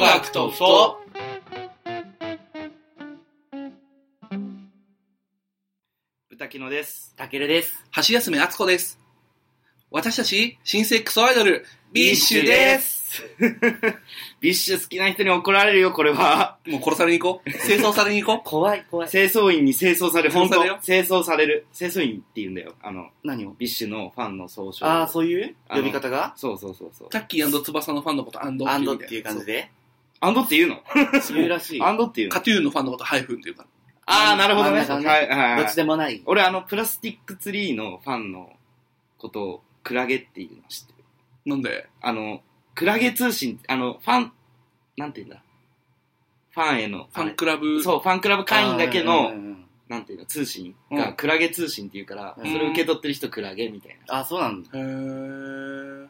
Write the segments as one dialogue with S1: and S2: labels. S1: 学とふと
S2: 歌木野です。
S3: たけるです。
S1: 橋休めあつこです。私たち、新生クソアイドル、ビッシュです。
S3: す。
S2: ビッシュ好きな人に怒られるよ、これは。
S1: もう殺されに行こう。清掃されに行こ
S3: 怖い怖い。
S2: 清掃員に清掃される、
S1: 清掃
S2: 本
S1: さ
S2: 当
S1: れるよ
S2: 清掃される。清掃員って言うんだよ。あの、
S3: 何を
S2: ビッシュのファンの総称。
S3: ああ、そういう
S2: あの
S3: 呼び方が
S2: そうそうそうそう
S1: う。。タ ッキー翼のファンのこと、アンド
S3: アンドっていう感じ
S1: で。
S3: で
S2: アンドって言うの
S3: 言うらしい。
S2: ア
S3: ど
S2: ンドって言うの
S1: カトゥーンのファンのこと、ハイフンっていうか。
S2: ああ、なるほどね。
S3: 真ん中ね
S2: はいはいはい
S3: っちでもない。
S2: 俺、あの、プラスティックツリーのファンのことを、クラゲっていうの知ってる。
S1: なんで
S2: あの、クラゲ通信、あの、ファン、なんて言うんだ。ファンへの、
S1: ファンクラブ。
S2: そう、ファンクラブ会員だけの
S3: うんう、んうん。
S2: なんていうの、通信
S1: うん
S2: が、クラゲ通信っていうから、
S3: うん
S2: それ受け取ってる人クラゲみたいな。
S3: ああ、そうなんだ。
S1: へー。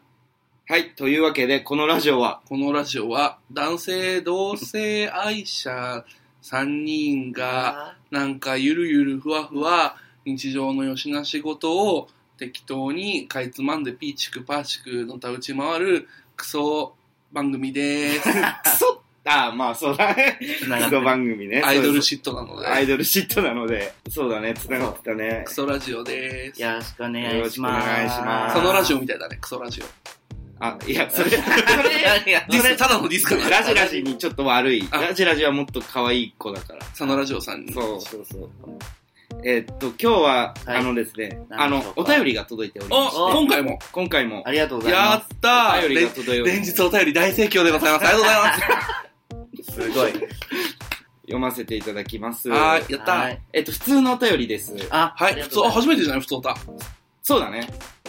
S2: はい、というわけで、このラジオは、
S1: このラジオは、男性同性愛者3人が、なんかゆるゆるふわふわ日常のよしな仕事を適当にかいつまんでピーチクパーチクのたうち回るクソ番組 です。
S2: クソああ、まあそうだね。
S3: つなが
S2: ク
S3: って
S2: ソ
S3: る
S2: 番組ね。
S1: アイドルシ
S2: シ
S1: ットなの
S2: ット。アイ
S1: で、
S2: ドルシットなので、そうだね、繋がってたね
S1: ク。ソラジオです。
S3: よろしくお願いします。
S2: よろしくお願いします
S1: そのラジオみたいだね、クソラジオ。
S2: あ、いや、 それ、
S3: いや
S1: ディスただのディスかな。
S2: ラジラジにちょっと悪い。
S1: あ
S2: ラジラジはもっと可愛い子だから。
S1: そのラジオさんに。
S2: そうそうそう。えっと、今日は、
S3: はい
S2: あのですね、あ
S3: 何で
S2: の
S3: しょう、か
S2: お便りが届いておりまし
S1: お
S2: て、
S1: 今回も。
S2: 今回も
S3: あ、りがとうござい
S1: や
S3: ま。
S1: ったー
S2: お便りが届いており
S1: 連
S2: ます
S1: 日お便り大盛況でございます。ありがとうございます
S3: すごい。
S2: 読ませていただきます。
S1: す。はーい、やった
S3: は
S1: ー。
S3: い
S2: えっと、普通のお便りです。
S3: あ、
S1: は
S3: あり
S1: い、
S3: が
S1: 普
S3: と
S1: 通、
S3: うご
S1: あ
S3: ざいま
S1: 初
S3: す
S1: めてじゃない普通歌。
S2: そうだね。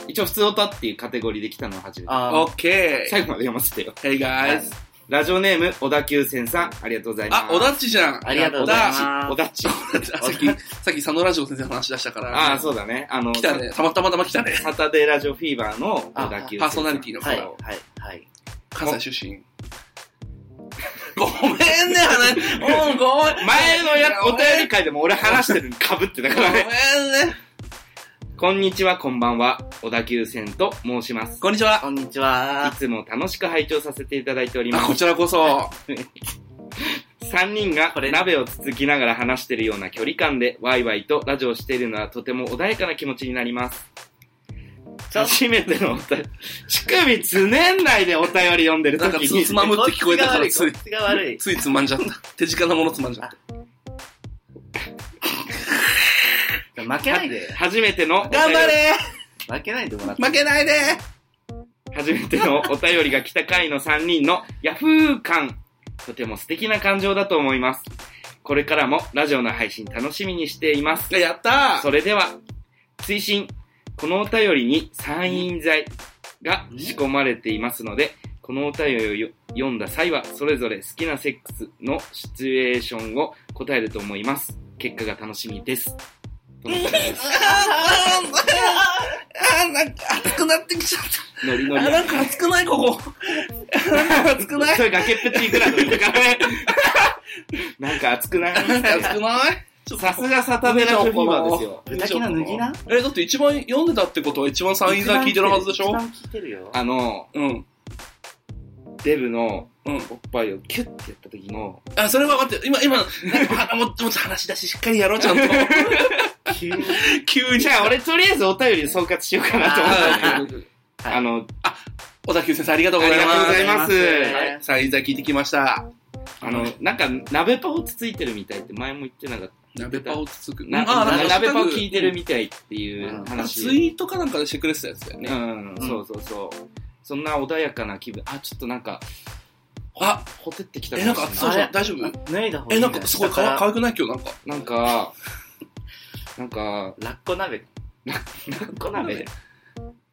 S2: 一応、普通おたっていうカテゴリーで来たのは初めて。
S3: あ
S1: オ
S3: ー
S1: ッケー。
S2: 最後まで読ませてよ。
S1: Hey guys.
S2: ラジオネーム、小田急線さん、ありがとうございます。
S1: あ、小田っちじゃん。
S3: ありがとうございます
S2: 小田っち。
S1: 小田っちあ さっき、さっき佐野ラジオ先生の話出したから。
S2: ああ、そうだね。あの、
S1: 来たね。たまたまたま来たね。
S2: サタデーラジオフィーバーの小田急線さ
S1: あパ
S2: ん
S1: ーソナリティの子
S3: はい、
S2: そう
S3: はい、はい。
S1: 関西出身。ご めんね、話。うん、ごめん。
S2: 前のやつ、お便り会でも俺話してるの 被ってたか
S1: ごめ
S2: ら
S1: んね
S2: ね。。こんにちは、こんばんは。小田急線と申します。
S1: こんにちは。
S3: こんにち
S2: い
S3: は。
S2: つも楽しく拝聴させていただいておりま
S1: あ、こ
S2: す。
S1: ちらこそ。
S2: 3人が
S3: これ
S2: 鍋をつつきながら話しているような距離感でワイワイとラジオをしているのはとても穏やかな気持ちになります。
S3: ちょっと
S2: 初めてのお便り。乳首つねんないでお便り読んでる
S1: なん
S2: 時
S1: かつ、
S2: に
S1: つ。まむって聞こえたから、つ
S3: こっ
S1: い、
S3: ちが悪い。
S1: ついつまんじゃった。手近なものつまんじゃった。
S3: じゃあ負けないで。
S2: 初めてのお便 り
S1: 頑張れ
S3: 負けないでもらって。
S1: 負けないで
S2: 初めてのお便りが来た回の3人のヤフー感。とても素敵な感情だと思います。これからもラジオの配信楽しみにしています。
S1: やった
S2: それでは、推進。このお便りに参院剤が仕込まれていますので、このお便りを読んだ際は、それぞれ好きなセックスのシチュエーションを答えると思います。結果が楽しみです。とのことです
S1: あーあー、なんか熱くなってきちゃっ
S2: ノリノ
S1: た。あ、
S2: リ。
S1: なんか熱く ないここ。なんか熱くない
S2: それ崖っぷちいくらだから ね。なんか熱くない
S1: なんか熱くない
S2: さすがサタデラフィーバーですよ。
S3: 豚キの脱ぎな
S1: え、だって一番読んでたってことは一番サインザー聞いてるはずでし
S3: 一
S1: ょ
S3: 番聞いてるよ。
S2: あの、
S1: うん。
S2: デブの
S1: うん。
S2: おっぱいをキュッてやった時の、
S1: あ、それは待って、今、今、なんかはもっともっと話し出ししっかりやろう、ちゃ んと。
S3: 急に。
S1: 急に。
S2: じゃあ俺とりあえずお便りで総括しようかなと思ったんだけど。
S3: はい
S2: あの、
S1: 小田急先生ありがとうございます。
S2: ありがとうございます
S1: はい、サインザー聞いてきました。
S2: あの、なんか、鍋パをつついてるみたいって前も言ってなかった。
S1: 鍋パをつつく。
S2: な
S1: あなんか
S2: 鍋パを
S1: ハッシュタグ
S2: 聞いてるみたいっていううん
S1: あ
S2: 話。
S1: ツイートかなんかでしてくれてたやつだよ
S2: う
S1: ね。
S2: ん、そうそうそう。そんな穏やかな気分。あ、ちょっとなんか、
S1: あ、
S2: ほてってきた
S1: え、なんか熱そうじゃん。大丈夫
S3: 脱いだ方がい
S1: え、
S3: い。
S1: なんかすごいかわ
S3: か
S1: 可愛くない今日なんか。
S2: なんか、なんか、
S3: ラッコ鍋。
S2: 小鍋。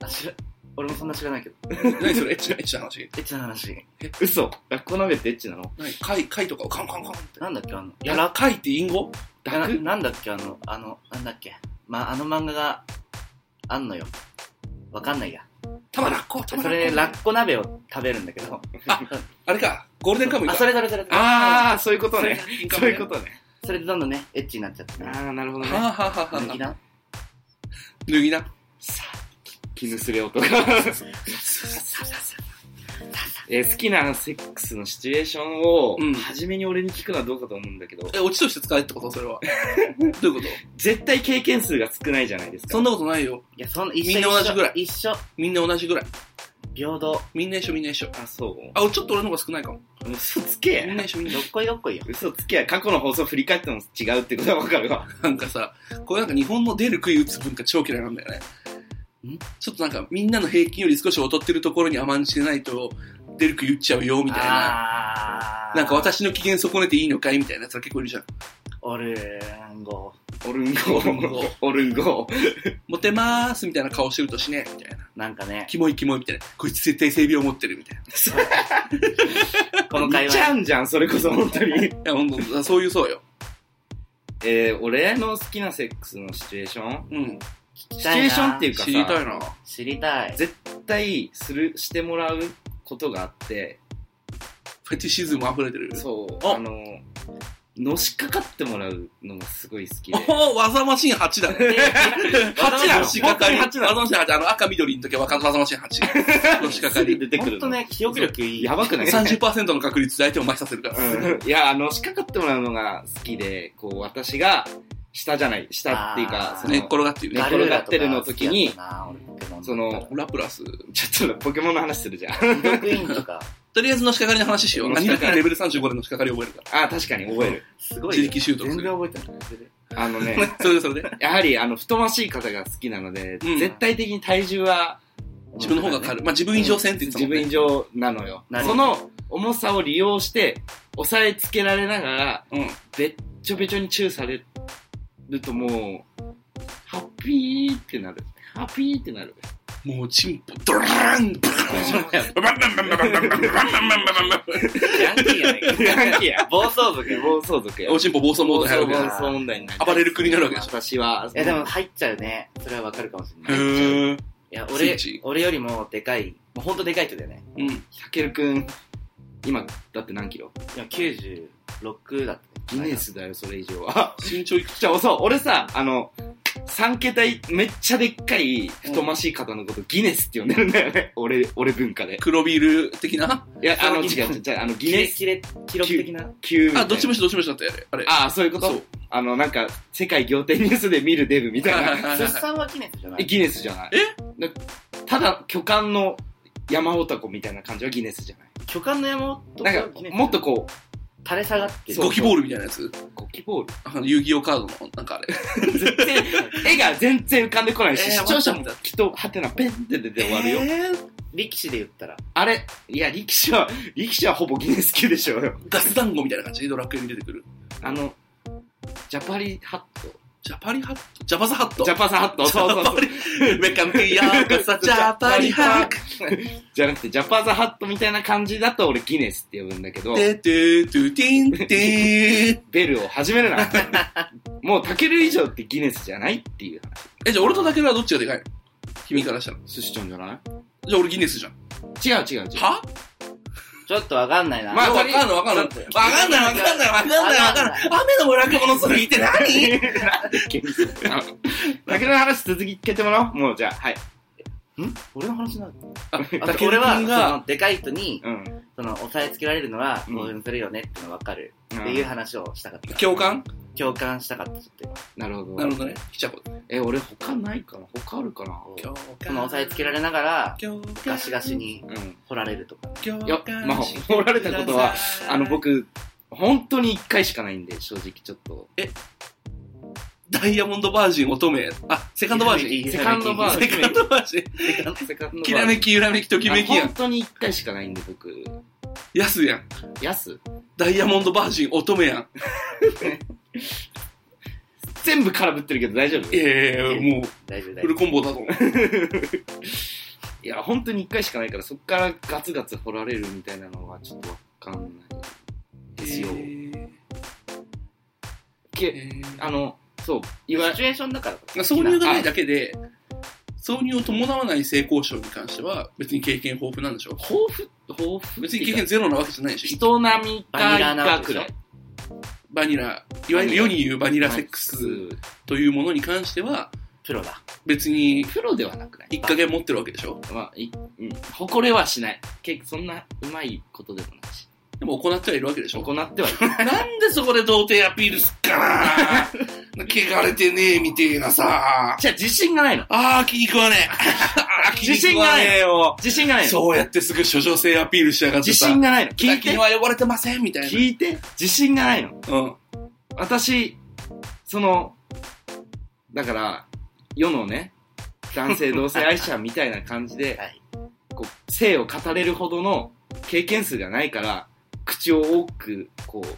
S3: あ、知ら、俺もそんな知らないけど。
S1: 何それエッチな、エッチな話。
S3: エッチな話。
S2: 嘘。学校鍋ってエッチなの
S1: 何貝、貝とかをカンカンカンって。
S3: なんだっけあの、
S1: いや、貝ってインゴ
S3: な
S2: ダク
S3: なんだっけあの、あの、なんだっけ。ま、あの漫画が、あんのよ。わかんないや。
S1: たまらっこ、たま
S3: そ
S1: らっ
S3: れ、
S1: こ。
S3: ラッコ鍋を食べるんだけど。
S1: あれか、ゴールデンカムイか
S3: あ、。それそれそれ。
S2: あー、そういうことね。
S1: そ
S2: そういうことね。
S3: それそれでどんどんね、エッチになっちゃって
S2: あ
S3: ね。
S2: ー、なるほど
S1: は
S2: ね。
S1: あ、はあはあは
S3: 脱ぎ
S1: あ、
S3: な。
S1: 脱ぎな。
S2: さあ、絹すれ音が。えー好きなセックスのシチュエーションを
S1: うん
S2: 初めに俺に聞くのはどうかと思うんだけど、
S1: え、落ちとして使えってことそれは。 どういうこと
S2: 絶対経験数が少ないじゃないですか。
S1: そんなことないよ。
S3: いや、そんな、一緒
S1: みんな同じぐらい
S3: 一緒。一緒
S1: みんな同じぐらい。
S3: 平等。
S1: みんな一緒みんな一緒。
S2: あ、そう
S1: あ、ちょっと俺の方が少ないかも。
S2: 嘘つけ
S1: みんな一緒みんな
S3: ど
S1: 一
S3: っこいどっこいよ。
S2: 嘘つけや。過去の放送振り返っても違うってことはわかる わ。
S1: 緒。なんかさ、こういうなんか日本の出る杭打つ文化超嫌いなんだよね
S3: ん。
S1: ちょっとなんかみんなの平均より少し劣ってるところに甘んじてないと、出る杭打っちゃうよ、みたいな。
S3: あー。
S1: なんか、私の機嫌損ねていいのかいみたいなやつが結構いるじゃん。
S3: おるーんご。
S2: オルンゴ。オルンゴ。
S1: モテまーすみたいな顔してるとしね、みたいな。
S3: なんかね、
S1: キモいキモいみたいな。こいつ絶対性病持ってるみたいな。
S3: この会
S2: ちゃ
S3: 話。
S2: うんじゃん、それこそ本当に。
S1: いや、ほんと、そういうそうよ。
S2: えー、俺の好きなセックスのシチュエーション
S1: うん。
S3: 聞き
S2: シチ
S3: たいな
S2: ュエーションっていうか
S1: 知りたい
S2: さ、
S1: な。
S3: 知りたい。
S2: 絶対する、してもらうことがあって、
S1: フェティシズム溢れてる。
S2: そう、
S1: お
S2: あの、のしかかってもらうのがすごい好 きで。
S1: おお、技マシン8だね。8だ、仕掛かり。
S2: 本当に8
S1: 技マシン8、あの赤緑の時は技マシン8。の仕掛 か
S2: す
S1: り
S2: ぐ。出てく
S3: ほ
S2: る
S3: んと
S2: の。
S3: ね、記憶力いい。
S2: やばくない
S1: 30%の確率で相手を麻痺させるから。
S2: うんいや、あの、仕掛かってもらうのが好きで、こう、私が、下じゃない、下っていうか、
S3: あー
S2: そ
S1: 寝っ
S2: の、
S1: 転がってるね
S2: ね。転がってるの時に
S3: ガルーラとか好きやったな俺ポケモン
S2: その、
S1: ラプラス。
S2: ちょっとポケモンの話するじゃん。
S3: ドッグインとか、
S1: とりあえずの仕掛かりの話しよう。
S2: のし
S1: 何だ
S2: かかり
S1: けレベル35での仕掛かり覚えるか
S2: あー、確かに覚える。
S3: すごいよ。
S1: 自力習得する
S3: 全然覚えてない。
S2: あの ね、
S1: ら。それでそれで。
S2: やはり、あの、太ましい方が好きなので、
S1: うん
S2: 絶対的に体重は
S1: 自分の方が軽い。まあ自分以上線って言ってたも
S2: 自
S1: ん
S2: 分
S1: ね
S2: 以。上なのよ。
S3: なる
S2: そ
S3: ほど
S2: の重さを利用して、押さえつけられながら、
S1: うん。
S2: べっちょべちょにチューされるともう、ハッピーってなる。ハッピーってなる。
S1: もう、チンポ、ドラーン ブランブランブランブランブランブランブランブランブランブラン
S3: ヤンキーやないか。
S2: いや、
S3: 暴走族や。
S2: 暴走族や。
S1: おチンポ暴走モードに入るわけ
S2: 暴
S1: だ
S3: 暴
S2: 走問題になる。
S1: 暴れる国になるわけでしょ。
S2: 私は。
S3: え、でも、入っちゃうね。それはわかるかもしれない。い
S1: へー
S3: や、
S1: スイ
S3: 俺
S1: ッチ、
S3: 俺よりもでかい、もうほんとでかい人だよね。
S1: うん。
S2: たけるくん、今、だって何キロ
S3: いや、96だった
S2: ギ
S3: ね。
S2: ネスだよ、それ以上は。
S1: 身長いくつ
S2: じゃあ、そう、俺さ、あの、3桁い、めっちゃでっかい、太ましい方のこと、ギネスって呼んでるんだよね。俺、俺文化で。
S1: 黒ビール的ない
S2: や、あの、
S3: そう
S2: 違う違う違う、あの、ギ
S3: ギ
S2: ネ
S3: ネ
S2: ス
S3: ス。キレ、記録的な。
S2: 級みたいな。
S1: あ、どっちもしどっちもしだったよね。あれ。
S2: ああ、そういうこ
S1: そ
S2: と
S1: う。
S2: あの、なんか、世界仰天ニュースで見るデブみたいな。
S3: 出産はギネスじゃな
S2: え
S3: い
S2: ギネスじゃないえただ、巨漢の山男みたいな感じはギネスじゃない。
S3: 巨漢の山と
S2: なんか、もっとこ
S3: 垂れ下がって
S2: そう
S1: ゴキボールみたいなやつ
S2: う、ゴキボール。
S1: あの遊戯王カードの、なんか あれ。
S2: 全然、絵が全然浮かんでこないし、
S1: えー
S2: 視聴者もきっと、ハテナペンって出て終わるよ。
S3: えー力士で言ったら。
S2: あれ、いや、力士は、力士はほぼギネス級でしょうよ。
S1: ガス団子みたいな感じでドラクエに出てくる。
S2: あの、ジャパリハット。
S1: ジャパリハットジャパザハット
S2: ジャパサハット。そうそうそう。
S1: メカンピアーカサジャパリハック
S2: じゃなくて、ジャパザハットみたいな感じだと俺ギネスって呼ぶんだけど、
S1: テトゥトゥティンティ
S2: ベルを始める な。もう、タケル以上ってギネスじゃないっていう話。
S1: え、じゃあ俺とタケルはどっちがでかいの君からしたら。
S2: 寿司ちゃんじゃない
S1: じゃあ俺ギネスじゃん。
S2: 違う違う違う。
S1: は
S3: ちょっとわかんないな。
S2: まあ
S1: わかんないわかんない。わかんないわかんないわかんないわかんない。雨の村雲のすぎって何
S2: タケルの話続き聞けてもらおう。もう、じゃあ、はい。
S3: ん俺の話なの
S1: あ
S3: あ
S1: タ
S3: と
S1: ケ
S3: 俺
S1: ル
S3: は、
S1: 君
S3: そ
S1: が、
S3: の、でかい人に、
S2: うん。
S3: その、押さえつけられるのは、
S2: うん
S3: 興奮するよねってのわかる。っていう話をしたかった。
S1: 共感
S3: 共感したかった、ちょっと今。
S2: なるほど。
S1: なるほどね。ひちゃこ。
S2: え、俺他ないかな他あるかな
S1: 共感。
S3: その、押さえつけられながら、ガシガシに
S2: うん。
S3: 掘られるとか。
S1: 共
S2: いや
S1: 感。、
S2: まあ、おられたことは、、あの、、僕、本当に一回しかないんで、正直ちょっと。
S1: ダイヤモンドバージン乙女。あ、セカンドバージン。
S2: セカンドバージ
S1: セカンドバージン。
S2: ン
S1: きらめき、ゆらめき、ときめきや
S2: 本。当に一回しかないんで、僕。
S1: やすやん。
S2: やす
S1: ダイヤモンドバージン乙女やん。
S2: 全部空振ってるけど大丈夫
S1: い
S2: い
S1: やいやいや、もう、
S3: 大丈
S1: フ
S3: 夫、大丈
S1: ルコンボだぞ。
S2: や、本当に一回しかないから、そっからガツガツ掘られるみたいなのはちょっとわかんないですよ。けあの、そう、い
S3: 夫。
S2: わ
S3: シチュエーションだから。
S1: 挿入がないだけで、挿入を伴わない性交渉に関しては、別に経験豊富なんでしょ
S2: 豊富、豊富。
S1: 別に経験ゼロなわけじゃないし、
S2: 人並み
S3: バ
S2: か
S3: ニラ
S2: 以
S3: なわ
S2: 下
S3: けで
S2: く
S3: しょ
S2: らい。
S1: バニラ、いわゆる世に言うバニラセックスというものに関しては、
S3: プロだ。
S1: 別に
S2: プロではなくない
S1: 一加減持ってるわけでしょ
S2: まあ、い、うん。誇れはしない。結そんなうまいことでもないし。
S1: でも行ってはいるわけでし
S2: 行
S1: ょ
S2: ってはいる。
S1: なんでそこで童貞アピールすっかな汚れてねえみてえなさ。
S2: じゃあ自信がないの。
S1: ああ、気に食わねえ。あー気に食わねえよ。
S2: 自信がないの。
S1: そうやってすぐ処女性アピールしやがって
S2: 自
S1: さ。
S2: 信がないの。聞い
S1: 最近
S2: て。
S1: は汚れてませんみたい
S2: 聞いて。自信がないの。
S1: な。うん。
S2: 私、その、だから、世のね、男性同性愛者みたいな感じ で、
S3: はい
S2: こう、性を語れるほどの経験数がないから、口を多く、こう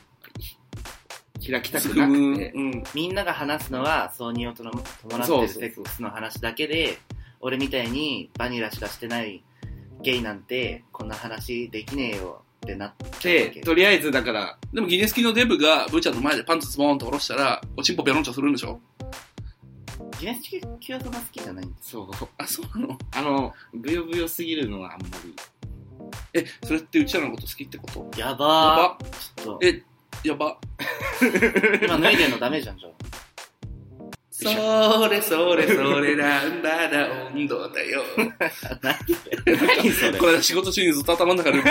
S2: ひ、開きたくなくて、
S1: うん。
S3: みんなが話すのは挿入を伴伴って
S2: そう
S3: る
S2: そう
S3: セックスの話だけで俺みたいにバニラしかしてないゲイなんてこんな話できねえよってなって
S2: で、とりあえずだから、
S1: でもギネスキのデブがブーちゃんの前でパンツズボーンと下ろしたら、おちんぽベロンチョするんでしょ
S3: ギネス級はそんな好きじゃないんです
S2: そう、
S1: あ、そうなの
S2: あの、ぶよぶよすぎるのはあんまり、
S1: え、それってうちらのこと好きってこと
S3: や
S1: やば。
S3: ばーちょっ
S1: え、やば。
S3: と今脱いでんのダメじゃんじゃあ
S1: それそれそれなんだな温度だよ。
S2: 何それ
S1: これ仕事中にずっと頭の中 で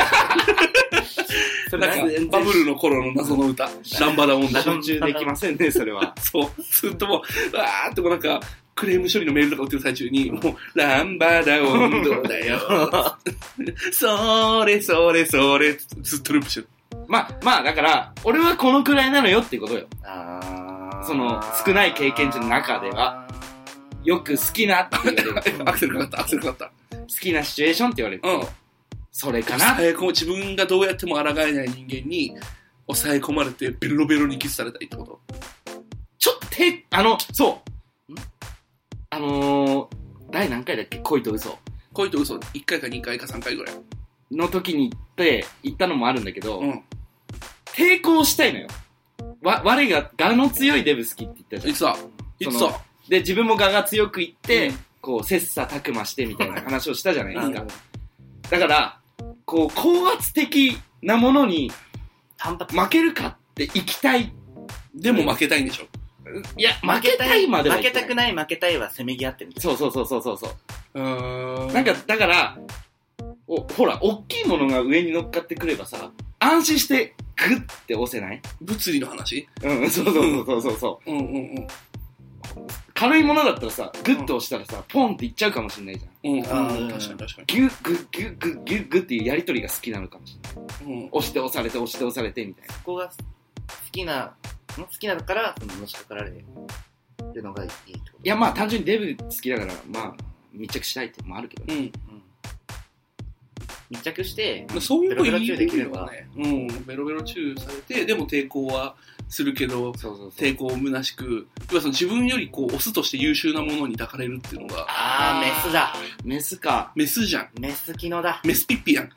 S2: それ
S1: な
S2: なんん
S1: かバ
S2: か、
S1: ブルの頃の謎の歌、ランバダ女。。
S2: 集中できませんね、それは
S1: そう、ずっともう、わーってもうなんか、クレーム処理のメールとか打ってる最中に、もう、ランバダ温度だ よ。それそれそれ、ずっとループしてる。
S2: まあ、まあ、だから、俺はこのくらいなのよってことよ。
S3: あー
S2: その少ない経験値の中ではよく好きなって言われる。
S1: アクセルかかった、アクセルかかっ
S2: 好きなシチュエーションって言われる。
S1: た。うん。
S2: それかな。
S1: 抑え込む自分がどうやっても抗えない人間に、抑え込まれて、ベロベロにキスされたりってこと
S2: ちょっと手、あの、そう。
S3: ん
S2: あのー、第何回だっけ恋と嘘
S1: 恋と嘘、1回か2回か3回ぐらい。
S2: の時に行って、行ったのもあるんだけど、
S1: うん。
S2: 抵抗したいのよ。わ、我が、我の強いデブ好きって言ったじゃん
S1: い。つだいつ
S2: そ
S1: だ
S2: ので、自分も我が強く言って、
S1: うん
S2: こう、切磋琢磨してみたいな話をしたじゃないです
S1: う
S2: か
S1: ん。
S2: だから、こう、高圧的なものに
S3: 単発
S2: 負けるかって行きたい。
S1: でも負けたいんでしょ。
S2: いや、負けたいまでは
S3: 負
S2: 行
S3: け
S2: かな
S3: た
S2: い
S3: くない負けたいはせめぎ合ってる
S2: そうそうそうそうそうそう。
S1: うー
S2: なんか、だから、お、ほら、大きいものが上に乗っかってくればさ、安心して、グッて押せない
S1: 物理の話
S2: うん、 そうそうそうそうそう。
S1: うんうん
S2: 軽いものだったらさ、グッと押したらさ、ポンっていっちゃうかもしれないじゃん。
S1: うん。うん、うん、確
S3: あ
S1: かに
S3: ー
S1: 確か
S2: ギュッグッギュッグッギュッグッっていうやりとりが好きなのかもしれない。
S1: に。うん。
S2: 押して押されて押して押されてみたいな。
S3: そこが好きな、ん好きなから、その、のしかかられるのがいいってこと
S2: いや、まあ単純にデブ好きだから、まあ、密着したいってのもあるけどね。
S1: うん。
S3: うん。密着して、
S1: まあそういうのいい
S3: ベロベロチューできれば
S1: ね。うん。ベロベロチューされて、でも抵抗はするけど、
S2: そうそうそう。
S1: 抵抗を虚しく、要はその自分よりこう、オスとして優秀なものに抱かれるっていうのが、
S3: あー、メスだ。
S2: メスか。
S1: メスじゃん。
S3: メスキノだ。
S1: メスピッピやん。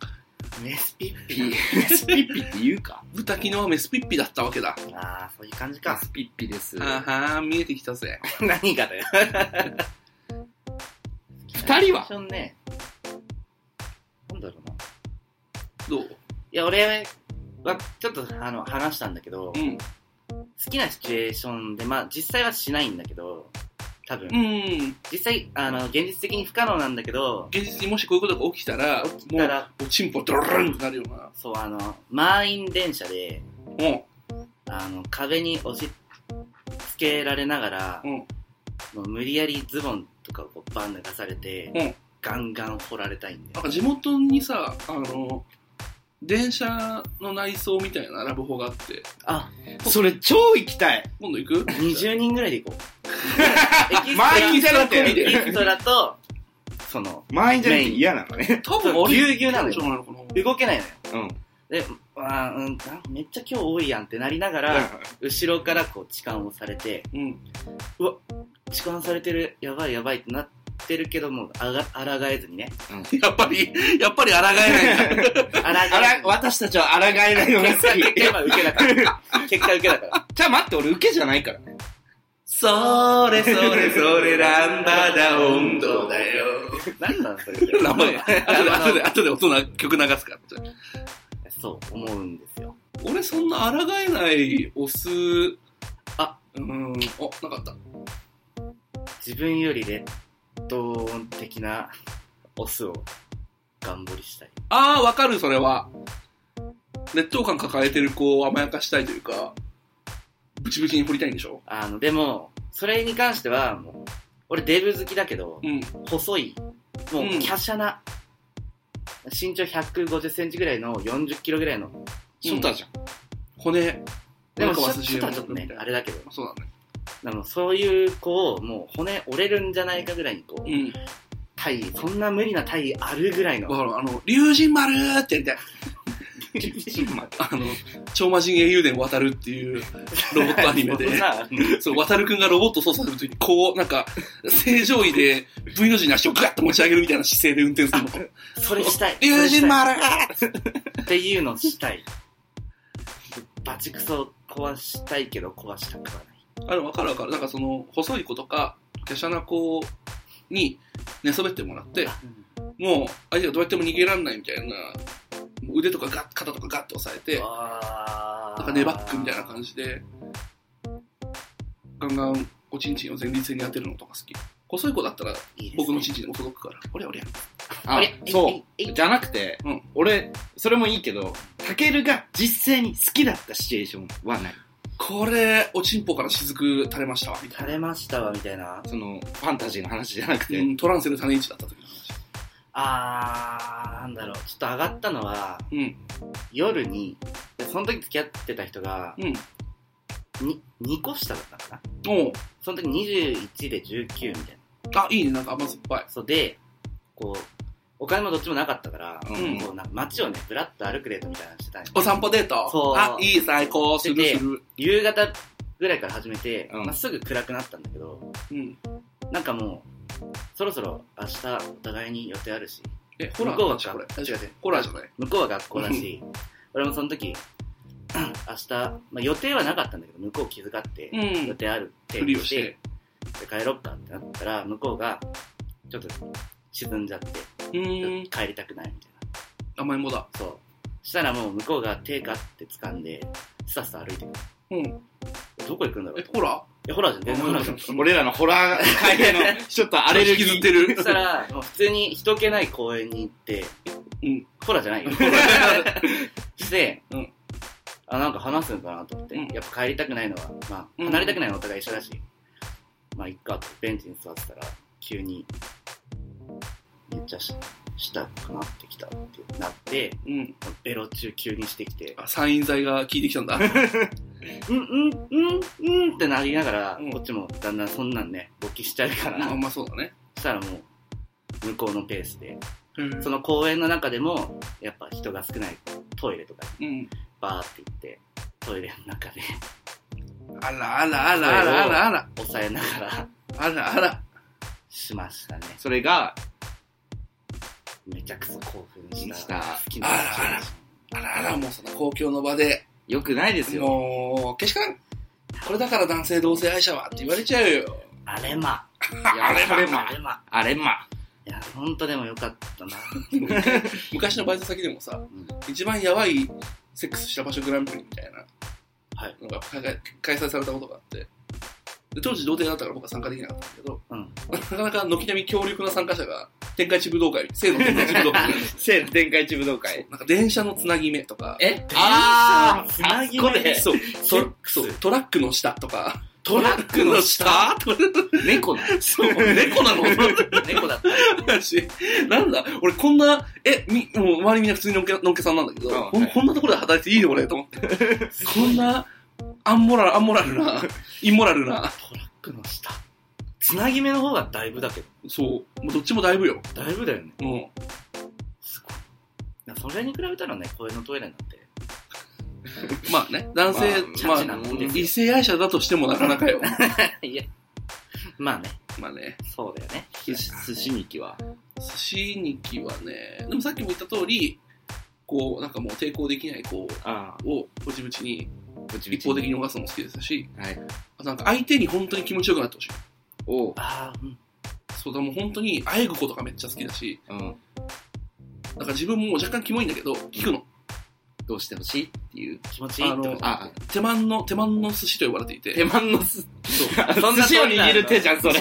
S3: メスピッ
S2: ピ
S3: ピ。
S2: メスピッピって言うか。
S1: 豚キノはメスピッピだったわけだ。
S3: あー、そういう感じ
S2: メ
S3: か。
S2: スピッピです。
S1: あはー、見えてきたぜ。
S3: 何がだよ。
S2: 二人は
S3: 最初ね、なんだろうな。
S1: どう
S3: いや、俺は、ちょっと、あの、話したんだけど、
S1: うん。
S3: 好きなシチュエーションで、まあ、実際はしないんだけど、多分。
S1: うん。
S3: 実際、あの、現実的に不可能なんだけど、
S1: 現実にもしこういうことが起きたら、
S3: 起きたら、
S1: もう、おチンポドロロンってなるよな。
S3: そう、あの、満員電車で、
S1: うん。
S3: あの、壁に押し付けられながら、
S1: うん
S3: もう無理やりズボンとかをこうバン脱がされて、
S1: うん
S3: ガンガン掘られたいんで
S1: なん。か地元にさ、あの、電車の内装みたいなラブホがあって、
S3: あ、
S2: それ超行きたい。
S1: 今度行く
S3: 20人ぐらいで行 こう。エキストラ
S2: 満員じゃなく
S1: 込みで
S2: て。
S3: エキストラと、その、
S2: 満員じゃなくて嫌なのね。
S1: 多分俺、
S3: ぎゅうぎゅうなのよ
S1: そうなのかな
S3: 動けないのよ。
S2: うん。
S3: で、あーうん、なんめっちゃ今日多いやんってなりながら、後ろからこう痴漢をされて、
S1: うん。
S3: 痴漢されてる、やばいやばいってなってるけども、あが、抗えずにね。
S1: やっぱり、やっぱり抗えないんだ。
S3: 抗え
S2: あ
S3: ず
S2: ら、
S3: に。
S2: 私たちは抗えないのが好
S3: 結果、
S2: き。
S3: 結果、受けだから。結果、受けだから。
S2: じゃあ待って、俺受けじゃないからね。
S1: それそれそれランバダ温度だよ。
S3: 何なのそれ。
S1: ランバダ。後で、後で、後で音な曲流すから。
S3: そう、思うんですよ。
S1: 俺そんな抗えないオス、
S3: あ、
S1: うん、あ、なかった。
S3: 自分より劣等的なオスを頑張りしたい。
S1: ああ、わかる、それは。劣等感抱えてる子を甘やかしたいというか、ブチブチに掘りたいんでしょ
S3: あの、でも、それに関しては、もう、俺デブ好きだけど
S1: う、ん。
S3: 細い、もう、
S1: うん
S3: 華奢な、身長150センチぐらいの40キロぐらいの。
S2: ショタじゃん。
S1: 骨。
S3: で
S1: な
S3: も、
S1: ん
S3: ち
S1: か
S3: ょ
S1: 忘れ
S3: ちょっとはちょっとね
S1: みたい、な
S3: あれだけど、
S1: そうだね。
S3: あのそういう子を、もう骨折れるんじゃないかぐらいに、こう、
S1: う
S3: 体位、そんな無理な体位あるぐらいの
S1: ん。わ。かる、あの、竜神丸って言って、あの、超魔神英雄伝渡るっていうロボットアニメで
S3: そん、な
S1: そう、渡るくんがロボットを操作するときに、こう、なんか、正常位で V の字に足をガッと持ち上げるみたいな姿勢で運転 するの。
S3: それしたい。
S1: 竜神
S3: マ
S1: 丸
S3: っていうのしたい。バチクソ壊したいけど壊したくはない。
S1: あれ、わかるわかる。なんかその、細い子とか、華奢な子に寝そべってもらって、もう、相手がどうやっても逃げらんないみたいな、腕とかガッ、肩とかガッと押さえて、
S3: あー
S1: なんかネバックみたいな感じで、ガンガンおちんちんを前立腺に当てるのとか好き。細い子だったら
S3: いいですね
S1: 僕のちんちんでも届くから、おりゃおりゃ。
S2: あ
S3: れ、
S2: そ
S3: えいえ
S2: う。
S3: い
S2: じゃなくて、
S1: うん
S2: 俺、それもいいけど、タケルが実際に好きだったシチュエーションはない。
S1: これ、おちんぽから雫垂れましたわ、みた
S3: 垂
S1: いな。
S3: れましたわみたいな。
S2: その、ファンタジーの話じゃなくて、
S1: うん、トランセル種市だった時の話。
S3: あー、なんだろう。ちょっと上がったのは、
S1: うん、
S3: 夜に、でその時付き合ってた人が、
S1: うん。
S3: に、2個下だったかな。
S1: おう
S3: その時21で19みたいな。
S1: あ、いいね、なんか甘酸っぱい。
S3: そうで、こう、お金もどっちもなかったから、
S2: うん
S3: こうなんか街をね、ぶらっと歩くデートみたいなのしてたんよ
S1: お散歩デート
S3: そう
S1: あ、いい、最高、するする。
S3: 夕方ぐらいから始めて、
S2: うん
S3: まあ、すぐ暗くなったんだけど、
S1: うん。
S3: なんかもう、そろそろ明日お互いに予定あるし、
S1: え、ホラー
S3: 向こう
S1: の
S3: が
S1: 話これ。
S3: 違う違う
S1: ホラーじゃない。
S3: 向こうは学校だし、俺もその時、 明日、まあ、予定はなかったんだけど、向こう気遣って、
S1: うん
S3: 予定あるって
S1: ふりをして。
S3: で帰ろっかってなったら、向こうが、ちょっと沈んじゃって、
S1: うーん。
S3: 帰りたくないみたい
S1: 甘いもだ。
S3: な。そう。したらもう向こうが手かって掴んで、スタスタ歩いてく
S1: うん。
S3: る。どこ行くんだろう
S1: え
S3: と、
S1: ホラ
S3: え、ホラーじゃん、全然ホラーじゃん。
S2: 俺らのホラー界での、ちょっとア
S1: ー
S2: レルギ
S1: 引きず
S2: ー
S1: っ。てる
S3: そ。 したら、もう普通に人気ない公園に行って、
S1: うん
S3: ホラーじゃないよ。して、
S1: うん
S3: あ、なんか話すのかなと思って、
S1: うん
S3: やっぱ帰りたくないのは、まあ、
S1: うん
S3: 離れたくないのはお互い一緒だし、まあ、いっかとベンチに座ってたら、急に、めっちゃししたくなってきたってなって、
S1: うん。
S3: ベロ中急にしてきて、
S1: あ、参院剤が効いてきた んだ。
S3: うん、うん、うん、うんってなりながら、
S1: うん
S3: こっちもだんだんそんなんね、勃起しちゃうから、
S1: まあ、まあそうだね。
S3: そしたらもう、向こうのペースで、
S1: うん
S3: その公園の中でも、やっぱ人が少ないトイレとかに
S1: うん。
S3: バーって行って、トイレの中で
S1: あらあらあらあらあらあら。
S3: 抑えながら
S1: あらあら。
S3: しましたね。
S2: それが、
S3: めちゃくちゃ興奮した。
S2: した
S3: 好きな気持ち
S1: あらああらあら、もうその公共の場で、
S2: 良くないですよ。
S1: もう、けしからん。これだから男性同性愛者はって言われちゃうよ。
S3: あれま。
S2: いやあれま
S3: あ、れま。
S2: あれま。
S3: いや、ほんとでもよかったな。
S1: 昔のバイト先でもさ、
S3: ん
S1: 一番やばいセックスした場所グランプリみたいな、
S3: はい
S1: のが開開開催されたことがあって、で当時童貞だったから僕は参加できなかったんだけど、
S3: うん
S1: なかなか軒並み強力な参加者が、天下一武道会、生の天下一武道会、
S2: せの展開一武道会。
S1: なんか電車のつなぎ目とか、
S2: え
S3: あー
S2: あー
S3: つなぎ
S2: あ
S3: 目
S2: そこで、
S1: そう
S3: セッ
S1: ト
S3: クス
S1: そう、トラックの下とか、
S2: トラックの 下
S1: トラックの
S2: 猫なの
S1: 下そう、猫なの
S3: 猫だった。
S1: 私、なんだ、俺こんな、え、み、もう周りみんな普通にのんけ、のんけさんなんだけど、
S2: うん
S1: こん
S2: はい
S1: こんなところで働いていいの俺と思って。こんな、アンモラル、アンモラル な、インモラルな、
S3: トラックの下。つなぎ目の方がだいぶだけど。
S1: そう、もうどっちもだいぶよ。
S3: だいぶだよね。
S1: うん。
S3: すごい。なそれに比べたらね、公園のトイレなんて。
S1: まあね、男性、ま
S3: まあ
S1: あ、
S3: チャチなもんですよ
S1: 異性愛者だとしてもなかなかよ。
S3: いや。まあね、
S1: まあね、
S3: そうだよね。
S2: 寿司寿司にきは。
S1: 寿司にきはね、でもさっきも言った通り、こう、なんかもう抵抗できない子
S2: ああ、
S1: を、ぼちぼちに、
S2: ぶちぶ
S1: 一
S2: ち。
S1: 方的に逃すのも好きですし、
S2: はい。
S1: あとなんか相手に本当に気持ちよくなってほしい。
S2: おう。
S3: ああ、うん。
S1: そうだ、もう本当に、あえぐことがめっちゃ好きだし、
S2: うん。
S1: なんか自分も若干キモいんだけど、聞くの。
S2: どうしてほしいっていう。
S3: 気持ちいいってこと
S1: あ
S2: あ、
S1: 手間の、手間の寿司と呼ばれていて。
S2: 手間のす、
S1: そう。
S3: そんな
S2: 寿司を握る手じゃん、それ。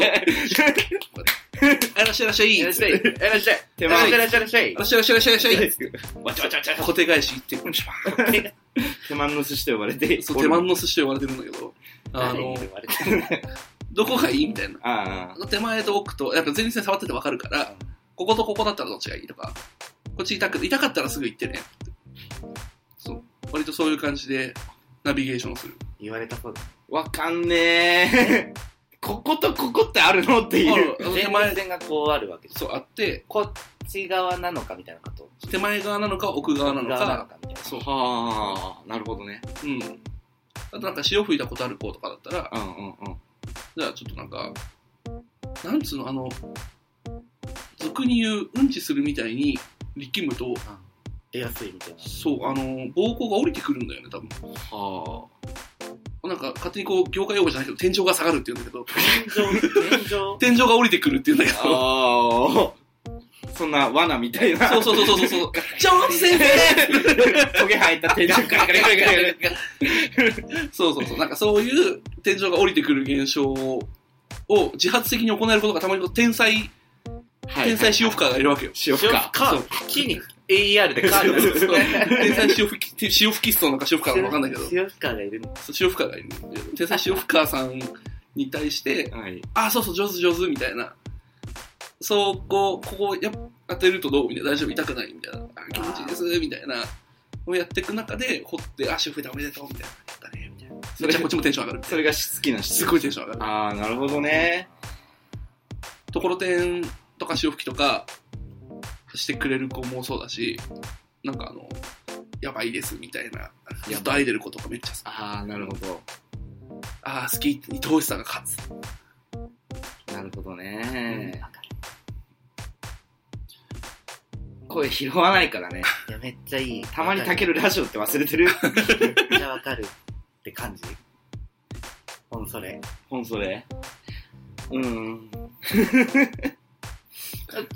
S1: あいらっしゃいいらっしゃい。
S3: いらっしゃい。いらっしゃい。
S2: 手
S3: いらっ
S2: 間
S3: しゃい。いらっしゃい。いらっしゃい
S1: いらっしゃいいらっしゃいいらっしゃい。
S3: わちゃわちゃわちゃ。
S1: 小手返し行って、こんにちは。
S2: 手間の寿司と呼ばれて。
S1: そう、手間の寿司と呼ばれてるんだけど、あの、どこがいいみたいな。
S2: ああ、
S1: 手前と奥と、やっぱ前線触っててわかるから、こことここだったらどっちがいいとか、こっち痛く、痛かったらすぐ行ってね。そう。割とそういう感じで、ナビゲーションをす る。
S3: 言われたこと。
S2: わかんねえ。 こことここってあるのって
S1: あ
S2: いう。
S1: の手
S3: 前
S1: 前、
S3: 線がこうあるわけです。
S1: そう、あって、
S3: こっち側なのかみたいなこと。
S1: 手前側なのか奥側なの
S3: 側なの
S1: か、
S3: かみたいな。
S1: そう。
S2: はあ、なるほどね。
S1: うん。あとなんか潮吹いたことある子とかだったら、
S2: うんうんうん。
S1: じゃあちょっとなんか、なんつうの、あの、俗に言う、うんちするみたいに力むと、
S3: 出やすいみたいな。
S1: そう、あの、膀胱が降りてくるんだよね、多分。
S2: は
S1: なんか、勝手にこう、業界用語じゃないけど、天井が下がるって言うんだけど、
S3: 天井、天井。
S1: 天井が降りてくるって言うんだ
S2: あ。
S1: けど、
S2: ああ。そんな罠みたいな。
S1: そうそうそうそう そう、ジョーンズ先
S2: トゲ生えた手 じゃん。ガリガリガリガリガリ
S1: 生そうそうそう、なんかそういう天井が降りてくる現象を、自発的に行えることがたまにこう天才、天才潮吹カーがいるわけよ。
S2: しようか。
S3: カーブ。筋肉。AER でカーブなんです
S1: そう
S3: ね。
S1: 天才潮吹き、潮吹きストなのか潮吹カーなのかわかんないけど、
S3: 強くカーがいるの。
S1: そう潮吹カーがいるんだけど。天才潮吹カーさんに対して、
S2: はい。
S1: あ、そうそう、上手上手みたいな。そう、こう、ここやっ当てるとどうみたいな、大丈夫痛くないみたいな。あ気持ちいいです、みたいな。をやっていく中で、掘って、あ、潮吹いたおめでとう、みたいな。やったね、みたいな。
S2: そ
S1: そ
S2: れ
S1: れじゃあこっちもテンション上がる。
S2: それが好きな質
S1: すごいテンション上がる。
S2: ああ、なるほどね。
S1: ところてんとか潮吹きとかしてくれる子もそうだし、なんかあの、やばいですみたいな、ずっとアイデル子とかめっちゃさ、
S2: ああ、なるほど。
S1: ああ、好きって、伊藤さんが勝つ。
S2: なるほどね。声拾わないからね。
S3: いや、めっちゃいい。
S2: たまにタケルラジオって忘れ てる
S3: めっちゃわかるって感じ。ほんそれ。
S2: ほんそれ。うん。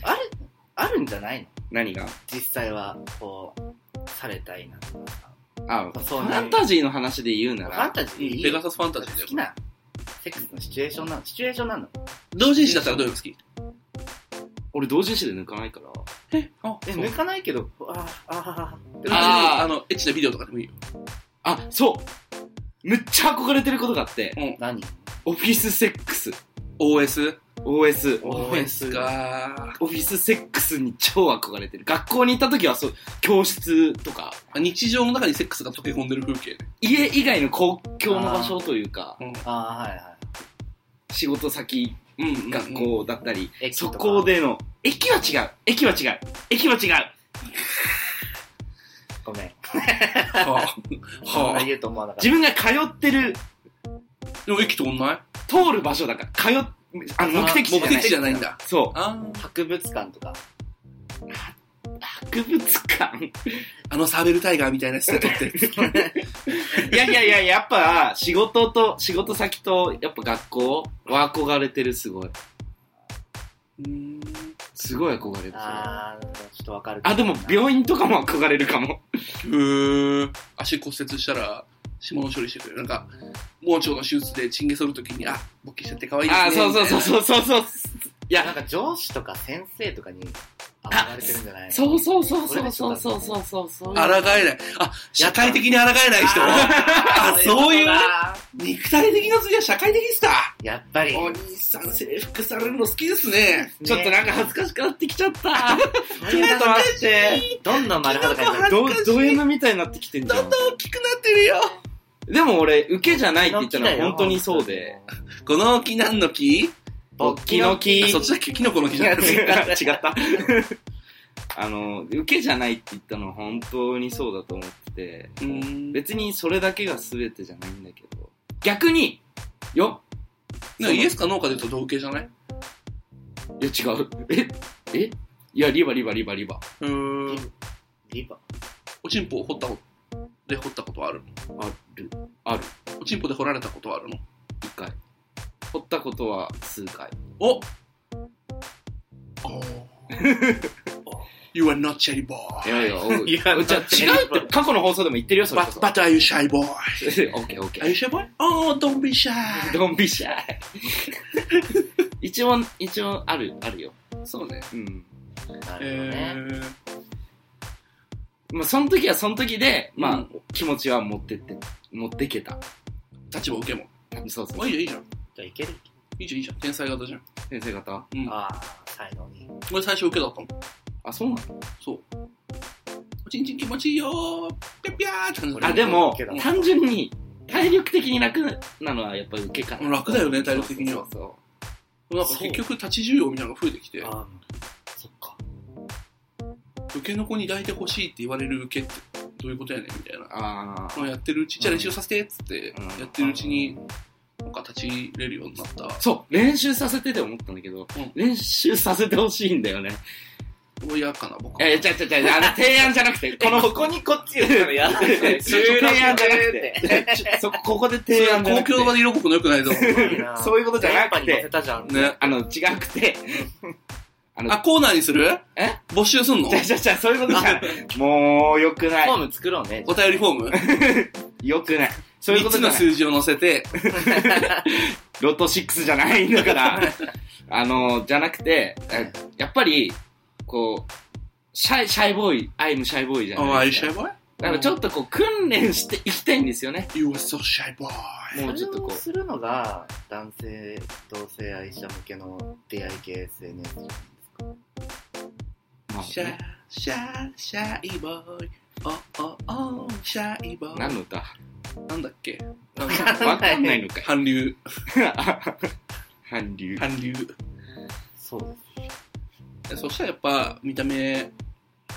S3: ある、あるんじゃないの
S2: 何が
S3: 実際は、こう、されたいな。
S2: あフ
S3: そうね
S2: ァンタジーの話で言うな
S3: ファン
S2: ら、
S3: タジーでいい
S1: ペガサスファンタジーだ
S3: 好
S1: よ
S3: き。な、セックスのシチュエーションなの。シチュエーションなの。
S1: 同人誌だったらどういうの好き
S2: 俺同人誌で抜かないから。
S1: え、あ、
S3: え、
S1: そう
S3: 抜かないけど、ああ、あ
S2: あー
S1: あの、エッチなビデオとかでもいいよ。
S2: あ、そうむっちゃ憧れてることがあって、
S3: あ、何
S2: オフィスセックス、
S1: OS?
S2: OS、
S3: OS
S1: か。
S2: オフィスセックスに超憧れてる。学校に行った時はそう、教室とか、
S1: あ日常の中にセックスが溶け込んでる風景ね。
S2: 家以外の公共の場所というか、
S3: ああ、はいは
S2: 仕事先、
S1: うんうんうん
S2: 学校だったり、
S3: い。駅
S2: そ
S3: とか
S2: こ。での、駅は違う駅は違う駅は違う
S3: ご めん。
S1: はあ。
S3: そん
S1: は
S3: な
S1: あ。
S3: 言うと思わなかっ
S2: 自分が通ってる、
S1: でも駅と同じ
S2: 通る場所だから、通っ、あの、 目的地じゃない。
S1: 目的地じゃないんだ。
S2: そ
S1: あ
S3: た。
S1: ー
S3: 博物館とか。
S2: う。博物館
S1: あのサーベルタイガーみたいなやつで撮って る。
S2: いやいやいや、やっぱ、仕事と、仕事先と、やっぱ学校は憧れてる、すごい。
S1: うん
S2: すごい憧れてる。あ、
S3: ああ、ちょっとわかる。
S2: でも、病院とかも憧れるかも。
S1: へー足骨折したら、指紋処理してくれる。なんか、盲腸の手術でチンゲ剃るときに、あ、勃起しちゃって可愛いですね。
S2: あー、そうそうそう
S1: う。
S2: そうそうそう。い
S3: なん
S2: や、
S3: か上司とか先生とかに憧れてるんじゃないの
S2: そうそうそうそうそうそうそうそうそう。
S1: 抗えない。あ、社会的に抗えない 人。あ、そういうね。肉体的な次は社会的ですか。
S3: やっぱり。
S1: お兄さん制服されるの好きですね。
S2: ちょっとなんか恥ずかしくなってきちゃった。
S3: そういうの
S2: 待って。
S3: どんどん丸裸になる。
S2: ど
S1: 恥ずかしい、
S2: ド M みたいになってきてんじゃ
S1: ど
S2: ん
S1: ん。どん大きくなってるよ。
S2: でも俺、受けじゃないって言ったのは本当にそう で。。
S1: この木なんの木
S2: 勃起の木。
S1: あ、そっちだっけキノコの木
S2: い
S1: じゃ
S2: や
S1: な
S2: 違
S1: く。
S2: って た。違った。あの、受けじゃないって言ったのは本当にそうだと思って
S1: う
S2: て、
S1: ん。
S2: 別にそれだけが全てじゃないんだけど、逆に、よ
S1: なんかイエスかノーかで言うと同型じゃない
S2: いや違う。ええいや、リバリバリバリバ。
S1: うん
S3: リバ。
S1: おちんぽを掘ったこで掘ったことはある
S2: ある、ある。
S1: のおちんぽで掘られたことはあるの
S2: 一回。掘ったこと は数回。
S1: お You are not shy boy.
S2: い やいや、おう
S3: いや
S2: じゃあ違うって、過去の放送でも言ってるよ、それこ
S1: But,
S2: そ。
S1: but are you shy boy?
S2: オ ッケーオッケ
S1: Are you shy
S2: ー。
S1: boy? Oh, don't be shy.
S2: ドンビシャー。一応、一応、ある、あるよ。
S1: そうね。
S2: うん。
S3: なるほど
S1: え
S3: ね。
S1: ー、
S2: まあ、その時はその時で、まあ、
S1: うん
S2: 気持ちは持ってって、持ってけた。
S1: 立場受けも。
S2: そうそう
S1: あ、いいじゃん、いいじゃん。
S3: じゃあいける
S1: いいじゃん、いいじゃん。天才型じゃん。
S2: 先生方
S1: うん。
S3: ああ、最後に。
S1: 俺最初受けだったもん。
S2: あ、そうなの
S1: そう。おちんちん気持ちいいよー。ぴゃぴゃーって感じだった
S2: あ、でも
S3: 受けだ、
S2: 単純に、体力的に楽なのはやっぱり受けかな。
S1: 楽だよね体力的には
S2: そうそう
S1: なんか結局立ち需要みたいなのが増えてきて、
S3: ああ、そっか。
S1: 受けの子に抱いてほしいって言われる受けってどういうことやねんみたいな
S2: そう。。ああ。
S1: まあやってるうち、じゃあ練習させてっつって
S2: うん、
S1: やってるうちに、なんか立ち入れるようになった。
S2: そう、練習させてて思ったんだけど、
S1: うん
S2: 練習させてほしいんだよね。
S1: 親かな、僕は。
S2: え、ちゃちゃちゃ、あの、提案じゃなくて、この、
S3: ここにこっち言うの やだよね
S2: 提案じゃなくて、そこ、ここで提案じゃな
S1: 公
S2: くて
S1: 共の、場で色濃くの良くないぞ。
S2: そういうことじゃなく
S3: 電波に乗せ
S2: て、
S3: たじゃん。
S1: ね。
S2: あの、違くて、あの
S1: あ、、コーナーにする
S2: え
S1: 募集すんの
S2: ちゃちゃちゃ、そういうことじゃ ん。もう、よくな
S3: フォー
S2: い。
S3: ム作ろうね。
S1: お便りフォーム
S2: よくない。そういう
S1: ?3
S2: こ
S1: つ
S2: とじゃ
S1: の
S2: ない。
S1: 数字を載せて、
S2: ロト6じゃない んだから、あの、じゃなくて、えやっぱり、こう、シャイ、シャイボーイ、アイムシャイボーイじゃ
S1: あ、あ
S2: な
S1: れ
S2: いで
S1: シ
S2: すか
S1: ャイ。ボー
S2: だからちょっとこう、訓練していきたいんですよね。
S1: イ ?You are so shy boy.
S2: もうちょっと
S3: それを
S2: こ
S3: するのが、男性、同性愛者向けの出会い系 SNS じゃないですか。
S2: う、まあ
S1: シャ、シャ、シャイボーイ。お、お、お、シャイボーイ。
S2: 何の歌
S1: なんだっ けなん
S3: わ
S1: か
S2: わかんないのかい。
S1: 韓流。
S2: 韓流。
S1: 韓流。
S3: そうです。
S1: そしたらやっぱ、見た目、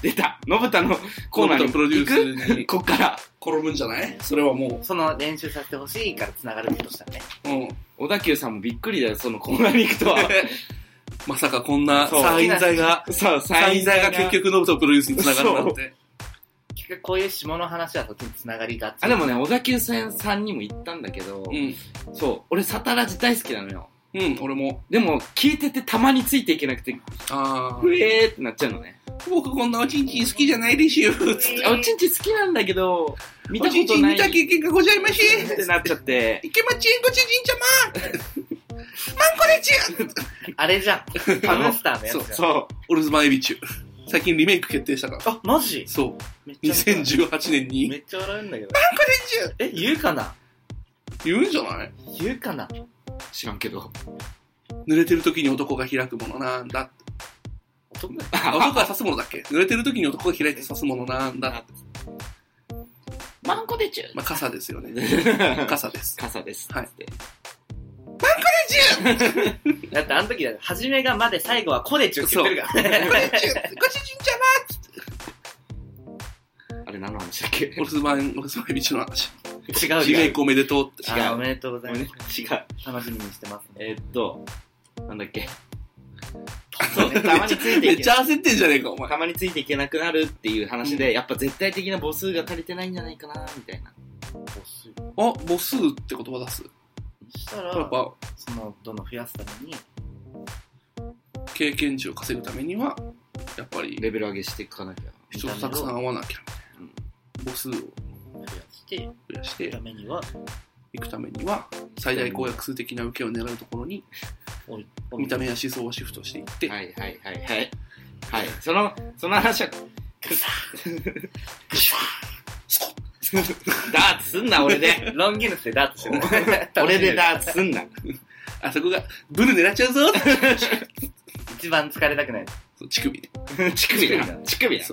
S2: 出たのぶたのコーナーに
S1: プロデュ
S2: 行く
S1: ースに
S2: こっから、
S1: 転ぶんじゃないそれはもう。
S3: その練習させてほしいから繋がるとしたらね。
S1: うん。
S2: 小田急さんもびっくりだよ、そのコーナーに行くとは。
S1: まさかこんな
S2: そう
S1: サイン剤が、
S2: そう、
S1: サ
S2: サ
S1: イン剤が結。局ノブとプロデュースにつながるなんて。
S3: 結局こういう下の話はそっちに繋がりがち。
S2: あ、でもね、小田急線さんにも行ったんだけど、
S1: うん。
S2: そう、俺サタラジ大好きなのよ。
S1: うん、俺も。
S2: でも、聞いててたまについていけなくて、
S1: あ
S2: ふえーってなっちゃうのね。
S1: ー僕こんなおちんちん好きじゃないでしゅつ って。
S2: おちんちん好きなんだけど、見
S1: お
S2: たこ
S1: ちん
S2: と
S1: ちん
S2: ない。
S1: 見た経験がございまし
S2: っ。てなっちゃって。
S1: いけまちんごちんちんちゃま。マンコレチュ
S3: あれじ ゃん。ハムスターのやつじゃん。
S2: そ
S1: オルズマンエビチュ。最近リメイク決定したから。
S3: あ、マジ
S1: そう。
S3: めっちゃ笑う。
S1: 2018年
S3: め
S1: に。
S3: っちゃ笑うんだけど。
S1: マンコレ
S3: え、言うかな
S1: チュ言うんじゃない
S3: 言うかな
S2: う。知らんけど。
S1: 濡れてる時に男が開くものなんだ。
S3: 男
S1: あ、男が刺すものだっけ濡れてる時に男が開いて刺すものなんだ。
S2: マンコでちゅ
S1: まあ、傘ですよね。
S2: ー。
S1: 傘です。
S2: 傘です。
S1: はい
S2: つって。
S3: だってあの時だよ。初めがまで最後はこでちゅって言ってるからね。
S1: これちゅごちんちんちゃま
S2: あれ何の話だっけ
S1: オルズマン、オルズマンエビチュの話。
S3: 違う
S1: リメ
S3: 違
S1: イ
S3: う。
S1: クおめでとうって。
S3: あーおめでとうございます。
S2: 違う。
S3: 楽しみにしてますね。
S2: えーっと、なんだっけ。
S3: そうね
S2: たまについて
S1: め
S2: い
S1: っ
S2: け
S1: ちゃ焦ってんじゃねえか、お前。
S2: たまについていけなくなるっていう話で、やっぱ絶対的な母数が足りてないんじゃないかな、みたいな。
S1: あ、母数って言葉出す。
S3: そした
S1: やっ
S3: ら、
S1: ぱ、
S3: その、どんどん増やすために、
S1: 経験値を稼ぐためには、やっぱり、
S2: レベル上げしていかなきゃ。
S1: 人とたくさん会わなきゃ、みたいな。母数を増
S3: 増やして、
S1: やし
S3: いく
S1: て
S3: ためには、
S1: いくためには、最大公約数的な受けを狙うところに、
S3: おい、お
S1: 見た目や思想をシフトしていって、
S2: はいはいはいはい。はい。その、その話は、ダーツすんな、俺で。
S3: ロンギヌスでダーツしても
S2: 俺でダーツすんな。
S1: あそこが、ブル狙っちゃうぞって
S3: 一番疲れたくない。
S1: そう乳首ね。
S2: 乳首だな。乳首だ。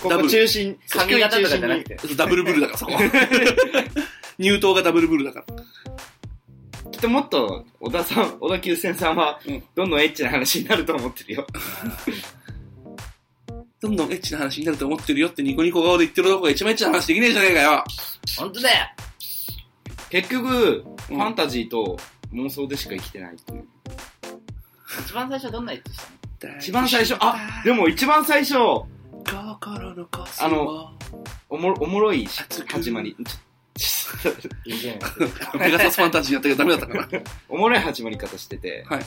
S2: こ
S1: ダブ
S2: こ
S1: ル
S2: 中心、
S3: 髪型とかじゃなく
S2: て。
S3: て。
S1: そうダブルブルだから、 そこ。入党がダブルブルだから。
S2: きっともっと、小田さん、小田急線さんは
S1: うん、
S2: どんどんエッチな話になると思ってるよ。
S1: どんどんエッチな話になると思ってるよってニコニコ顔で言ってるとこが一番エッチな話できねえじゃねえかよ。
S3: ほんとだよ
S2: 結局、
S1: うん
S2: ファンタジーと妄想でしか生きてないという。
S3: 一番最初どんなエッチしたの
S2: 一番最初、あ、でも一番最初、
S1: 心のコス
S2: あ
S1: モ
S2: のおもろ、おもろいし
S1: 熱く
S2: 始まり。ちょ
S3: いいじゃん。
S1: ペガサスファンタジーやったけどダメだったかな。
S2: おもろい始まり方してて、
S1: はい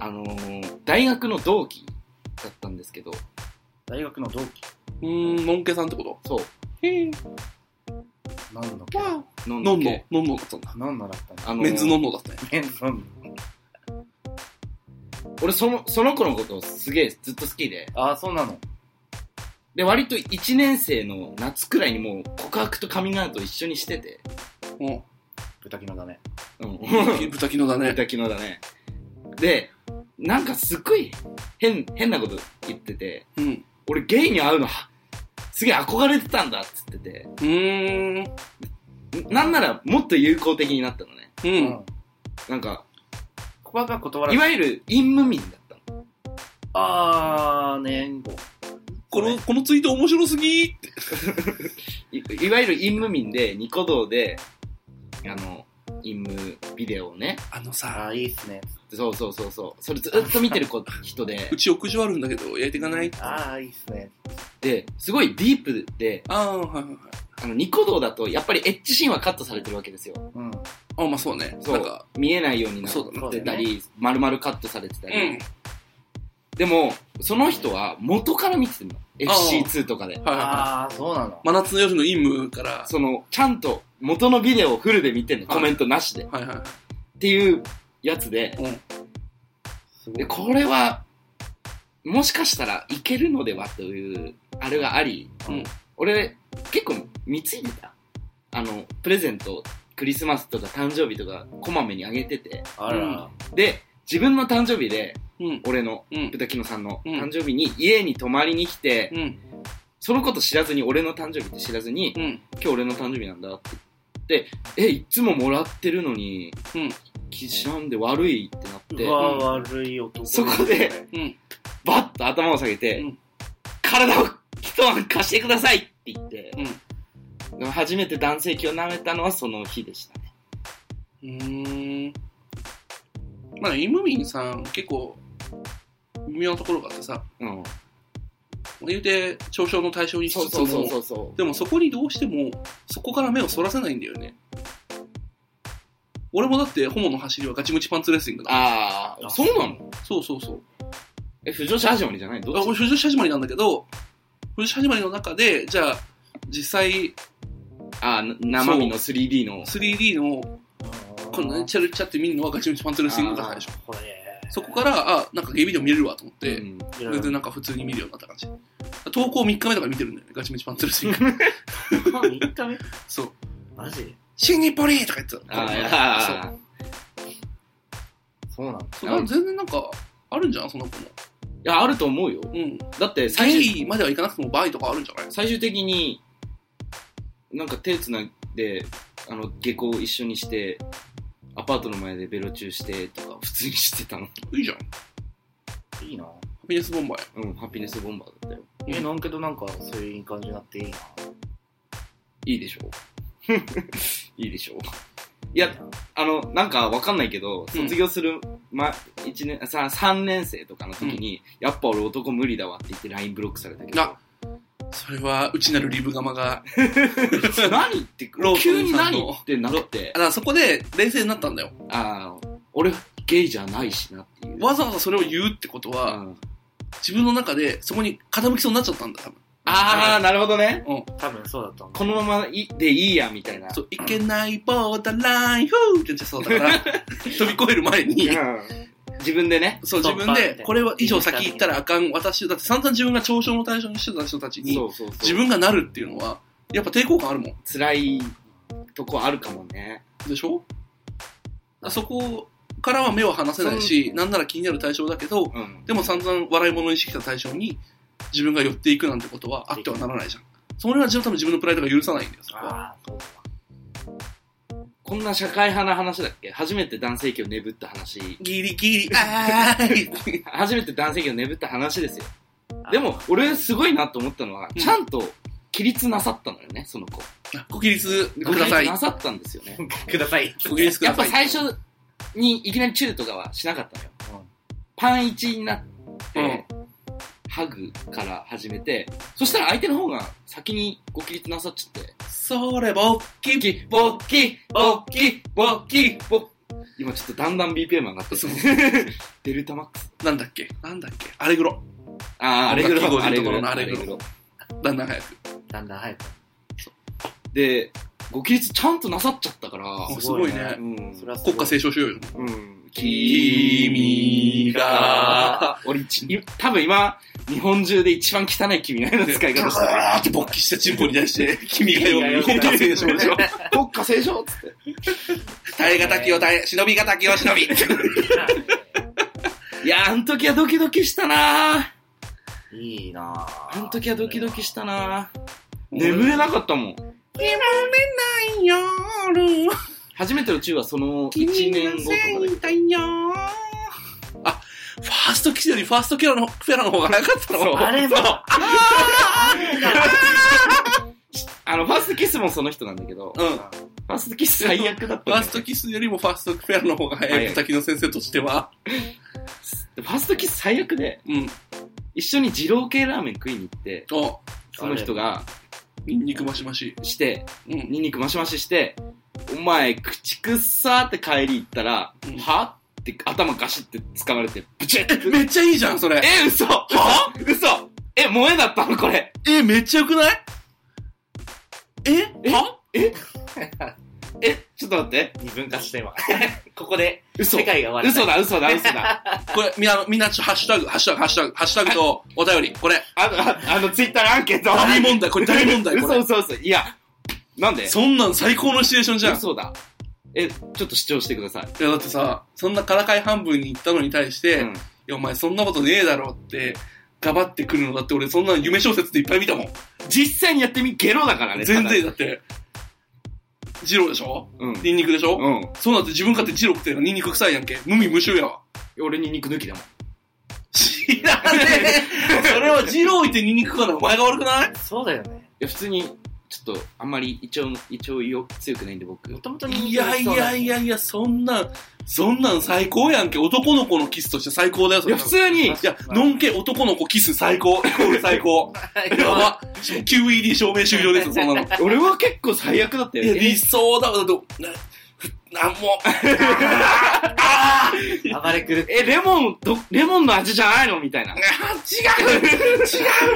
S2: あのー大学の同期だったんですけど、
S3: 大学の同期。
S1: うーん、のんけさんってこと
S3: そう。
S1: へぇ
S3: 何の
S1: ー。
S2: 飲ん
S1: のん
S2: だっけ
S1: の、のんのだったんだ。
S3: 何のだったんだ
S2: あの
S1: メンズのんのだったね。
S3: メンズの
S2: 俺その、その子のことをすげえずっと好きで。
S3: ああ、そうなの。
S2: で、割と1年生の夏くらいにもう告白とカミングアウト一緒にしてて。
S1: うん。
S3: 豚キノだね。
S2: うん。
S1: 豚キノだね。
S2: だ昨日だね。で、なんかすっごい変、変なこと言ってて、
S1: うん。
S2: 俺ゲイに会うのは、すげえ憧れてたんだっつってて、
S1: うーん。
S2: んなんならもっと友好的になったのね。
S1: う。。
S3: うん
S2: なんか、
S3: ここは断ら
S2: い
S3: ない。
S2: わゆる陰無民だったの。
S3: ああ、ねんご。
S1: この、このツイート面白すぎーって。
S2: いいわゆる陰無民で、ニコ動で、あの、陰無ビデオをね、
S1: あの
S3: あ
S1: さ、
S3: あ、いいっすね。
S2: そうそうそうそう、それずっと見てる子人で
S1: う、ち屋上あるんだけど、焼いていかない
S3: ああ、いいっすね。
S2: で、すごいディープで、
S1: ああ、はいはいはい。
S2: あの、ニコ動だとやっぱりエッジシーンはカットされてるわけですよ。
S3: うん。
S1: あまあそうね。
S2: そ
S1: なん
S2: う
S1: か、。
S2: 見えないようにな
S1: そうだ
S3: そ
S1: な
S3: うだ
S2: って
S3: よ
S2: た
S3: ね。
S2: り、丸々カットされてた
S1: う
S2: り。でも、その人は元から見てたの。FC2 とかで。
S1: はいはいはい。
S3: ああ、そうなの。
S1: 真夏の夜の陰夢から、
S2: その、ちゃんと元のビデオをフルで見てんの。
S1: はい
S2: コメントなしで。っ
S1: はいはい。
S2: ていうやつで。
S1: うん
S3: すご
S2: で、
S3: い。
S2: これは、もしかしたらいけるのではという、あれがあり、
S1: うん
S2: 俺、結構貢いでた。あの、プレゼント、クリスマスとか誕生日とか、こまめにあげてて。
S3: あら。
S2: で、自分の誕生日で、
S1: うん。
S2: 俺の、
S1: うん。
S2: 豚キノさんの
S1: うん
S2: 誕生日に家に泊まりに来て、
S1: うん。
S2: そのこと知らずに、俺の誕生日って知らずに、
S1: うん。
S2: 今日俺の誕生日なんだって言って、え、いつももらってるのに、
S1: うん
S2: き知らんで悪いってなって
S3: う、わ、悪い男。
S2: そこで。
S1: うん。
S2: バッと頭を下げて、
S1: うん
S2: 体を一晩貸してくださいって言って、
S1: うん
S2: でも初めて男性器を舐めたのはその日でしたね。
S1: うーん。まあ、イムミンさん、結構、微妙なところがあってさ、
S2: うん。
S1: 言うて、嘲笑の対象にし
S2: そう
S1: つつ
S2: そうそうそ
S1: も、
S2: うそう。
S1: でもそこにどうしても、そこから目をそらせないんだよね。俺もだって、ホモの走りはガチムチパンツレスリングだ。
S2: ああ、そうなの
S1: そうそうそう。
S2: え、不条者始まりじゃないど
S1: あ
S2: っ
S1: 俺、
S2: ち
S1: 藤吉始まりなんだけど、藤吉始まりの中で、じゃあ、実際、
S2: ああ、な生身の 3D の。
S1: 3D のこのね、チャルチャって見るのはガチムチパンツレスリングが最初。
S3: これ。
S1: そこから、あ、なんかゲイビデオ見れるわと思って、
S2: うん
S1: それでなんか普通に見るようになった感じ。投稿3日目とか見てるんだよね、ガチムチパンツレスリング。
S3: 3日目
S1: そう。
S3: マジ
S1: 新日暮里とか言ってた。
S2: あー
S1: そう
S2: あー、
S3: そうなの
S1: そうだから全然なんか、あるんじゃんその子も。
S2: いや、あると思うよ。
S1: うん。
S2: だって最終、
S1: ゲイまではいかなくてもバイとかあるんじゃない
S2: 最終的に、なんか手つないで、あの、下校一緒にして、アパートの前でベロチューしてとか、普通にしてたの。
S1: いいじゃん。ハ
S3: いいな。
S1: ピネスボンバーや。
S2: うん、ハッピネスボンバーだったよ。
S3: え、なんけどなんか、そういう感じになっていいな。
S2: いいでしょ いいでしょいや、あの、なんかわかんないけど、
S1: うん
S2: 卒業する、ま、一年、さ、三年生とかの時に、やっぱ俺男無理だわって言って LINE ブロックされたけど。
S1: あそれは、うちなるリブガマが。
S2: 何って
S1: ロー、ソ
S2: 急
S1: ン
S2: に
S1: さんの
S2: 何ってなって
S1: だ、からそこで冷静になったんだよ。
S2: ああ、俺ゲイじゃないしなっていう。
S1: わざわざそれを言うってことは、
S2: うん
S1: 自分の中でそこに傾きそうになっちゃったんだ、多分。
S2: ああ、なるほどね。
S1: うん。
S3: 多分そうだと思う。
S2: このままいでいいや、みたいな。
S1: そう、いけないボーダーライン、ふーって言っちゃそうだ から、飛び越える前に、
S2: うん自分でね。
S1: そう、
S3: 突
S1: 自
S3: 破
S1: 分
S3: みたい
S1: で、
S3: な
S1: これは以上先行ったらあかん、私、だって散々自分が嘲笑の対象にしてた人たちに、
S2: うそうそう。
S1: 自分がなるっていうのは、やっぱ抵抗感あるもん。
S2: 辛いとこあるかもね。
S1: でしょそこからは目を離せないし、なんなら気になる対象だけど、
S2: うん。
S1: でも散々笑い物にしてきた対象に、自分が寄っていくなんてことはあってはならないじゃん。それは自分多分自分のプライドが許さないんだよ、そこは。
S3: ああ、そうだ
S2: こんな社会派な話だっけ初めて男性器をねぶった話。
S1: ギリギリ、あーい
S2: 初めて男性器をねぶった話ですよ。
S3: わ
S2: で、も、俺すごいなと思ったのは、
S1: うん
S2: ちゃんと起立なさったのよね、その子。
S1: ご起立くださ
S2: 起立
S1: い
S2: な。さったんですよね。
S3: ください。
S1: ご起立く
S2: や
S1: だ
S2: っ
S1: さ
S2: ぱ
S1: い。
S2: 最初にいきなりチューとかはしなかったのよ。パン1になって、ハグから始めて、そしたら相手の方が先にご起立なさっちゃって、
S1: それ、ぼっき
S2: ボッキー、ボッキー、ボッキー、ボッキー、ボッ今ちょっとだんだん BPM 上がってる
S1: そう。
S2: デルタマックス。
S1: なんだっけなんだっけあれぐろ。
S2: ああー、アレグロ
S1: 50
S2: アレグ
S1: ところの
S2: ロ。
S1: アレグロだんだん早く。
S3: だんだん早く。
S2: で、ご起立ちゃんとなさっちゃったから、
S1: すごいね
S2: う。ん。
S3: それはすごい
S1: 国歌斉唱しようよ。
S2: うん。
S1: 君が、
S2: 俺、一い多分今、日本中で一番汚い君がの使い 方したね。
S1: ーって勃起したチンポに対して、君がよ、
S2: 君
S1: 国
S2: が
S1: 歌
S2: 代
S1: 斉唱
S2: 国
S1: でしょ。
S2: 家聖書っつって。
S1: 耐えがたきを耐え、忍びがたきを忍び。
S2: いやー、あの時はドキドキしたなー。
S3: いいなぁ。
S2: あの時はドキドキしたなー。眠れなかったもん。
S1: 眠れない夜、
S2: 初めての中はその1年後とかだけど
S1: たよ。あ、ファーストキスよりファーストキャラの、フェラの方が早かったの
S2: そう
S3: あれも、
S2: あの、ファーストキスもその人なんだけど、
S1: うん。
S2: ファーストキス最悪だったん
S1: フ
S2: だ
S1: ァ
S2: よ
S1: ーストキスよりもファーストフェアの方が早
S2: はい
S1: い、滝野先生としては。
S2: でファーストキス最悪で、
S1: うん。
S2: 一緒に二郎系ラーメン食いに行って、
S1: お、
S2: その人が
S1: ニンニクマシマシ。
S2: して、
S1: うん。
S2: ニンニクマシマシして、お前、口くっさーって帰り行ったら、
S1: うん
S2: はって頭ガシって掴まれて、ブチッて。
S1: めっちゃいいじゃん、それ。
S2: え、嘘は嘘え、萌えだったのこれ。
S1: え、めっちゃ良くないえは
S2: え、ちょっと待って。
S3: 二分化して 今。ここで、
S2: 嘘。
S3: 世界が終わ
S2: 嘘
S3: る。
S2: だ、嘘だ、嘘だ。
S1: これ、みんな、みんな、ちょハッシュタグ、ハッシュタグ、ハッシュタグ、ハッシュタグとお便り。これ、
S2: あの、ああの、ツイッターのアンケート。
S1: 大問題、これ大問題、こ
S2: 嘘
S1: れ。
S2: 嘘嘘。いや、なんで
S1: そんなん最高のシチュエーションじゃん。い
S2: 嘘だ。え、ちょっと主張してください。
S1: や、だってさ、そんなからかい半分に行ったのに対して、
S2: う
S1: い
S2: ん。
S1: や、お前そんなことねえだろって、がばってくるのだって、俺そんな夢小説っていっぱい見たもん。
S2: 実際にやってみ、ゲロだからね。
S1: 全然、
S2: ただ。
S1: だって、ジローでしょ
S2: うん。
S1: ニンニクでしょ、
S2: うん。
S1: そうなって自分勝手にジロー食ってるのニンニク臭いやんけ。無味無臭やわ。
S2: 俺に肉抜きだもん。
S1: 知らね え。それはジローいてニンニクかなお前が悪くない
S3: そうだよね。
S2: いや、普通に、ちょっと、あんまり胃腸の、胃腸よ強くないんで、僕。
S3: もともと
S1: いやいやい
S3: や。
S1: やいや、そんなん、そんなん最高やんけ。男の子のキスとして最高だよ、そ
S2: い
S1: れ
S2: や、普通に
S3: まあ、
S1: いや、のんけ男の子キス最高、イコール最高。 やば。QED 証明終了ですよ、そんなの。い
S2: 俺は結構最悪だった
S1: や、
S2: よね。
S1: 理想だわ、だって、なふなんも。
S3: 暴れ狂って
S2: え、レモン、ど、レモンの味じゃないのみたい な。
S1: 違う
S3: るか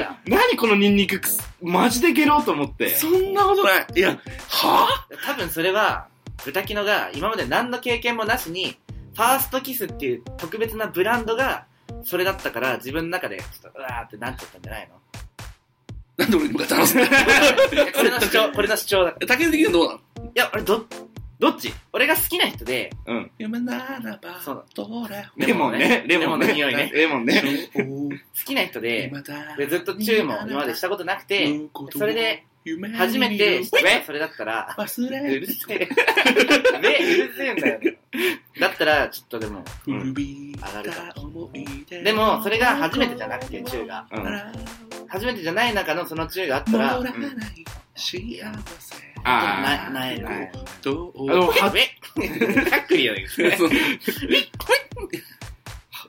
S3: ら。
S2: 何このニンニクくす、マジでゲロと思って。
S1: そんなことない。いや、は
S3: 多分それは、ブタキノが今まで何の経験もなしに、ファーストキスっていう特別なブランドが、それだったから自分の中で、ちょっとうわーってなっちゃったんじゃな いの
S1: ぁなんで俺に向かって話 すの
S3: えこれの主張、これの主張だか
S1: 竹内的にはどうなの
S3: ら。いや、俺ど、どっち俺が好きな人で、
S2: うん。
S1: 夢ならば
S3: そう、
S1: どれ
S2: レモンね。レ
S3: レモ
S2: モン
S3: ン
S2: ね
S3: ね。レモンの匂いね
S2: レモンね。
S3: 好きな人で、
S1: 今だ
S3: でずっとチューも今までしたことなくて、それで、初めてした
S2: え
S3: それだったら、
S1: 忘
S3: う
S1: れ
S3: るせえ。目うるせえんだよ、ね。だったら、ちょっとでも、
S1: 古び
S3: 上がるか
S1: た思い出
S3: でも、それが初めてじゃなくて、中が。
S2: うん。
S3: 初めてじゃない中のその中があった
S1: 戻
S3: ら、
S1: ら
S3: うん
S1: ない幸せ
S2: あ
S3: な、
S2: あ。
S3: なえ
S1: どう
S2: あの、
S3: る。
S2: は、
S3: 上タックルより。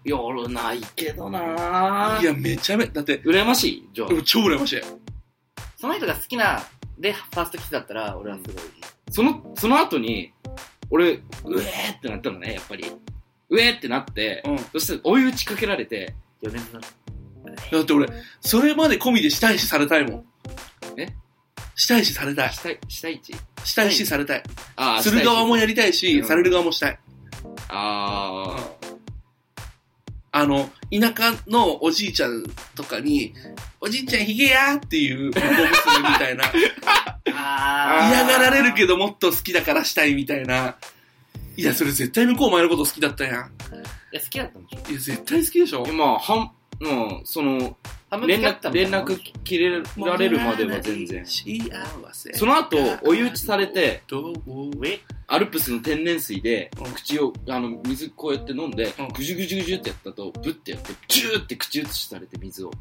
S2: いや、俺ないけどなぁ。
S1: いやめちゃめだって
S2: 羨ましいじゃあ
S1: で。も超羨ましい
S3: その人が好きな、で、ファーストキスだったら、俺はすごい。
S2: その、その後に、俺、うえーってなったのね、やっぱり。うえーってなって、
S1: うん
S2: そして追い打ちかけられて、
S3: 余熱の。
S1: だって俺それまで込みでしたいしされたいもん
S2: え
S1: したいしされたい
S2: したい、したいち
S1: したいしされたい
S2: あー
S1: する側。
S2: し
S1: もやりたいし
S2: うん
S1: される側もしたい
S2: たいちあ
S1: あの、田舎のおじいちゃんとかに、おじいちゃんひげやっていう報告するみたい な。
S3: あ
S1: 嫌がられるけ
S3: ど。
S1: どもっと好きだからしたいみたいな。いや、それ絶対向こうお前のこと好きだったやん。
S3: いや、好きだったんでしょ
S1: いや、絶対好きでしょ
S2: ー。まあ、はん、もう、その、
S3: 半分
S2: 連
S3: 付き合った
S2: 絡、
S3: んだ
S2: 連絡切れられるまでは全然。
S1: 幸せ。
S2: その後、追い打ちされて、
S1: どう
S3: 上
S2: アルプスの天然水で
S1: うん、
S2: 口を、あの、水こうやって飲んで
S1: うん、
S2: ぐじゅぐじゅぐじゅってやったと、ぶってやって、ジューって口移しされて、水を。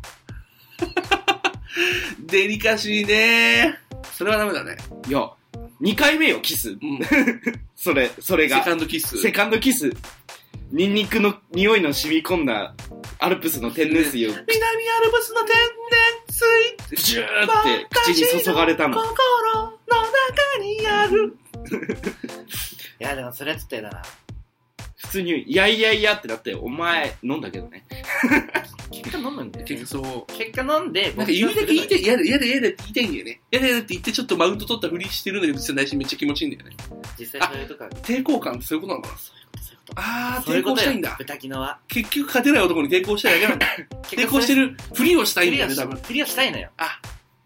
S1: デリカシーねそれはダメだね。
S2: いや、2回目よ、キ ス。
S1: うん。
S2: それ、それ
S1: セ
S2: が。
S1: カンドキス。
S2: セカンドキス。ニンニクの匂いの染み込んだアルプスの天然水を
S1: 南アルプスの天然水。
S2: ジューって口に注がれたの。
S1: 心の中にある。
S3: いや、でもそれはちょっと嫌だな。
S2: 普通に、いやいやいやってなって、お前飲んだけどね。
S3: 結果飲むんだよ、
S1: 結
S3: ね
S1: 局。そう。
S3: 結果飲んで、
S1: なんか言うだけ言いた
S3: て
S1: い、嫌だ、嫌だ、嫌だって言いたいんだよね。嫌だ、嫌だって言ってちょっとマウント取ったふりしてるんだけど、実は内心めっちゃ気持ちいいんだよね。
S3: 実際そういうとこある
S1: 抵抗感ってそういうことなのかな
S3: そういうこと。
S1: あー、
S3: そうい
S1: 抵
S3: うこ
S1: 抗
S3: と
S1: したい
S3: よ
S1: んだ。
S3: 豚キノは。
S1: 結局勝てない男に抵抗したいだけなんだ。抵抗して
S3: る。
S1: るふりをした
S3: ク
S1: いんだ
S3: リ
S1: よ
S3: ア
S1: ね、
S3: し
S1: 多分。
S3: クリアしたいのよ。
S1: あ、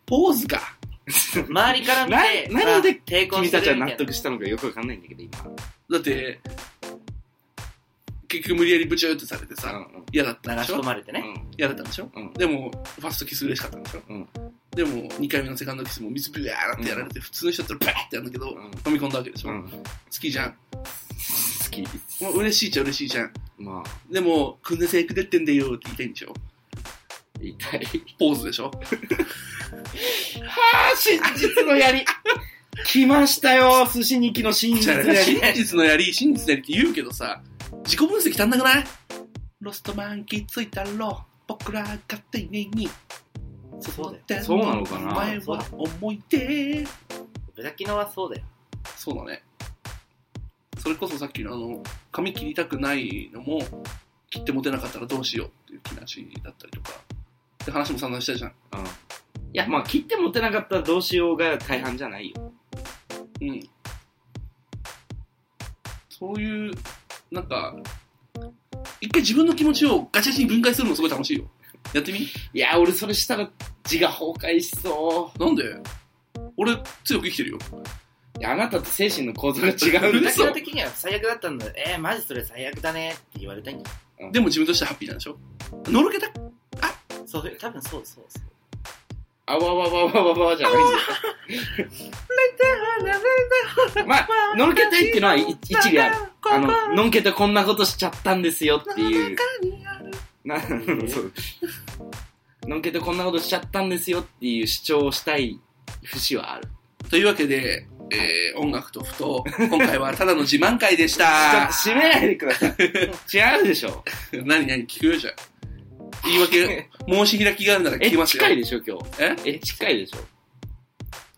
S1: ポーズか。
S3: 周りから見て、
S2: ななんで
S3: あ抵抗
S2: 君
S3: して
S2: たちは
S3: るみた
S2: 納
S3: いな。
S2: 得したのかよくわかんないんだけど、今。
S1: だって、結局無理やりブチューってされて
S2: う
S1: さ、
S2: んうん
S1: 嫌だったん
S3: 流
S1: でし
S3: し込
S1: ょ
S3: まれてね。
S2: うん
S1: 嫌だったんでしょ
S2: うん
S1: でも、ファーストキス嬉しかったんでしょ
S2: うん
S1: でも、2回目のセカンドキスも水ブワーってやられて、普通の人だったらバーってやるんだけど、
S2: うん
S1: 飲み込んだわけでしょ
S2: う
S1: 好
S2: ん。好
S1: きじゃん。
S2: き。
S1: もう嬉しいっちゃ嬉しいじゃん。
S2: まあ、
S1: でも、くんで制服出てんだよって言いたいんでしょ
S2: 痛い。
S1: ポーズでしょ
S2: あー、真実の槍来ましたよ、寿司にきの真
S1: じ
S2: 実
S1: ゃあ
S2: の
S1: ね
S2: 槍。
S1: 真実のやり、真実のやりって言うけどさ、自己分析足んなくないロストマンキーついたろ、僕ら勝手にに。
S3: そうだよ。
S2: そうなのかな
S1: お前は思い出。
S3: 豚キノはそうだよ。
S1: そうだね。それこそさっきのあの、髪切りたくないのも、切って持てなかったらどうしようっていう気なしだったりとか。で、話も散々したじゃん。
S2: うんいや、まあ、切って持てなかったらどうしようが大半じゃないよ。
S1: うん。そういう、なんか、一回自分の気持ちをガチガチに分解するのすごい楽しいよ。やってみ
S2: いや、俺それしたら字が崩壊しそ
S1: なんで俺、強く生きてるよ。
S2: う。いや、あなたと精神の構造が違うん
S3: 豚キ
S2: だ
S1: 嘘
S3: ノ的には最悪だったんだよ。えー、マジそれ最悪だねって言われたいんだよ。
S1: でも自分としてはハッピーなんでしょのろけた
S3: そう、多分そうそうそう。
S2: あわわわわわわわじゃないんだよ。まあ、のんけたいっていうのは一一理ある。あの、のんけたこんなことしちゃったんですよっていう。な、そう。のんけたこんなことしちゃったんですよっていう主張をしたい節はある。
S1: というわけで、えー、音楽とふと、今回はただの自慢会でし
S2: ち ょったと。締めないでください。違うでしょ。
S1: 何何聞くよじゃん。言い 訳、申し開きがあるなら聞
S2: え、
S1: きますよ
S2: 近。いでしょ、今日。
S1: え
S2: え、近いでしょ。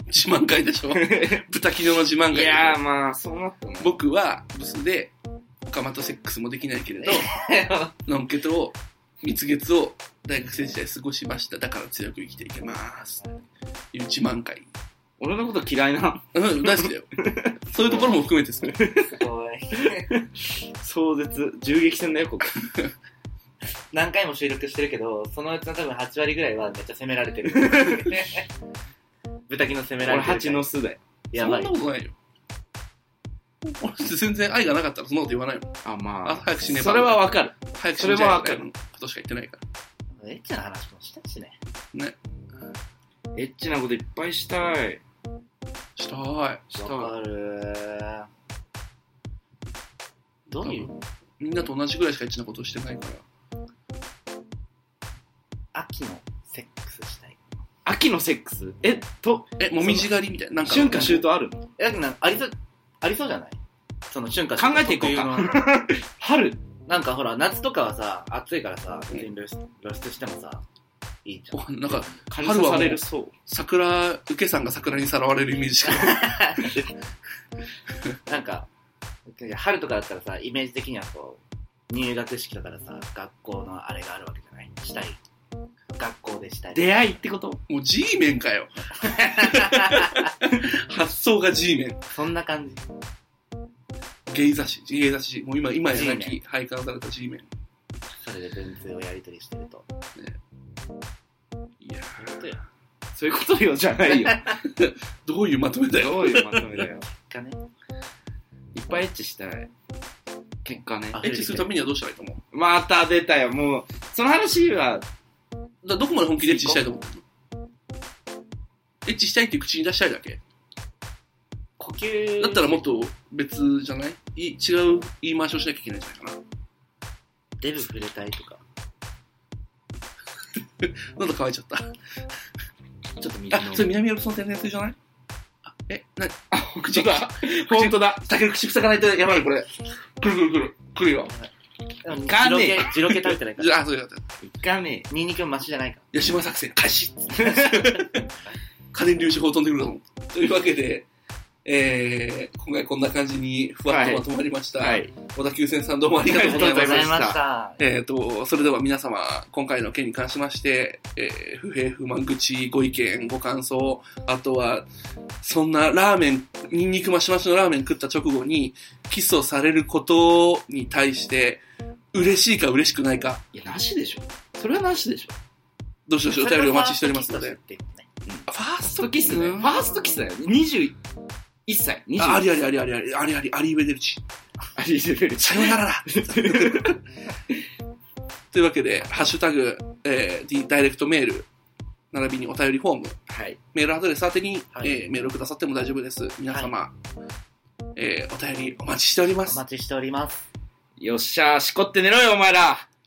S1: 自慢会でしょ 豚キノの自慢会
S2: い
S1: でしょ
S2: やーまあ、そうなったね。
S1: 僕はブスでオカマとセックスもできない けれどのんけと蜜月を大学生時代過ごしましただから強く生きていけますいう自慢会
S2: 俺のこと嫌いな。
S1: うん大好 きだよそういうところも含めてですね
S3: すごい。
S2: 壮絶。銃撃戦だよ、こ こ。
S3: 何回も収録してるけど、そのうちの多分8割ぐらいはめっちゃ責めら れてる。豚キノ責めら
S2: 俺、
S3: れてる。
S2: 蜂の巣だよ。
S3: やばい
S1: そん。なことないよ俺全然愛がなかったらそんなこと言わないもん
S2: あ、ま
S1: あ
S2: あ。
S1: 早く死ねば
S2: それはわかる。
S1: 早く死んじゃえば
S2: それは分かる
S1: みたいなことしか言ってないか
S3: エッチな話もしたしね。
S1: らね
S2: エッチなこといっぱいしたい。
S1: したーい
S2: した
S3: わか
S2: い。
S3: るーどういう
S1: 多分みんなと同じぐらいしかエッチなことをしてないから
S3: 秋のセックスしたい
S2: 秋のセックスえ、と、
S1: えもみじ狩りみたいななんか
S2: 春夏秋冬ある
S3: えなんかありそうありそうじゃないその瞬間
S2: 考えていこうか
S3: 特有の
S2: 春
S3: なんかほら夏とかはさ暑いからさ別に露出露出してもさいいじゃん
S1: おなんか
S2: 春刺されるそう。
S1: 桜受けさんが桜にさらわれるイメージしか
S3: なんか春とかだったらさイメージ的にはこう入学式だからさ学校のあれがあるわけじゃないしたい学校でしたい
S2: 出会いってこと
S1: もう G メンかよ。発想が G メン。
S3: そんな感じ
S1: ゲイ雑誌、ゲイ雑誌。もう今、今やな
S3: G メ
S1: き、廃刊された G メン。
S3: それで文通をやり取りしてると
S1: いや
S3: 本当よ
S2: そういうことよ、じゃないよ。
S1: どういうまとめだよ。
S2: どういうまとめだよ。
S3: かね
S2: いっぱいエッチしたい。結果ね。
S1: エッチするためにはどうしたらいいと思
S2: また出たよ、もう。その話は、
S1: うだどこまで本気でエッチしたいと思ってるのエッチしたいっていう口に出したいだけ
S3: 呼吸
S1: だったらもっと別じゃないい違う言い回しをしなきゃいけないんじゃないか
S3: デブ触れたいとか
S1: な。なんか乾いちゃった。
S2: ちょっと右
S1: あ、それ南アルプスの天然水じゃないあ、え、なに
S2: あ、 口だ。本当だ。
S1: 竹口塞がないとやばい、これ。くるくるくる。くるよ。
S2: かねえ
S3: ジロケジロケ食べてないか
S1: じ
S3: ら
S1: ゃあ、そうだった。
S2: いかね
S3: ニンニクもマシじゃないか
S1: ヤシマ 作戦開始家電粒子砲飛んでくると思う。というわけで、えー、今回こんな感じにふわっとまとまりました。
S2: はい。
S1: 小田急線さんどうもありがとうござい
S2: ありがとうござ
S1: ま
S2: い
S1: す
S2: ま。した
S3: た。
S1: えー、と、それでは皆様、今回の件に関しまして、えー不平不満口、ご意見、ご感想、あとは、そんなラーメン、ニンニクマシマシのラーメン食った直後に、キスをされることに対して、嬉しいか嬉しくないか、
S2: いや、なしでしょ。それはなしでしょ。
S1: どしどしお便りお待ちしておりますので。ファー
S2: ファー
S1: ス
S2: スト
S1: ト
S2: キ
S1: キ
S2: ス
S1: ス
S2: ね。
S1: ね
S2: ファーストキスだよ。21歳。21
S1: あありありありありあり、ありあり、ありウェデルチ。
S2: ありレベル。
S1: さようならというわけで、ハッシュタグ、えー、D- ダイレクトメール、並びにお便りフォーム、
S2: はい。
S1: メールアドレス宛てに、
S3: はい
S1: えーメールをくださっても大丈夫です。皆様、えーお便りお待ちしておりま
S3: お
S1: す。
S3: 待ちしております。
S2: よっしゃー、しこって寝ろよ、お前ら。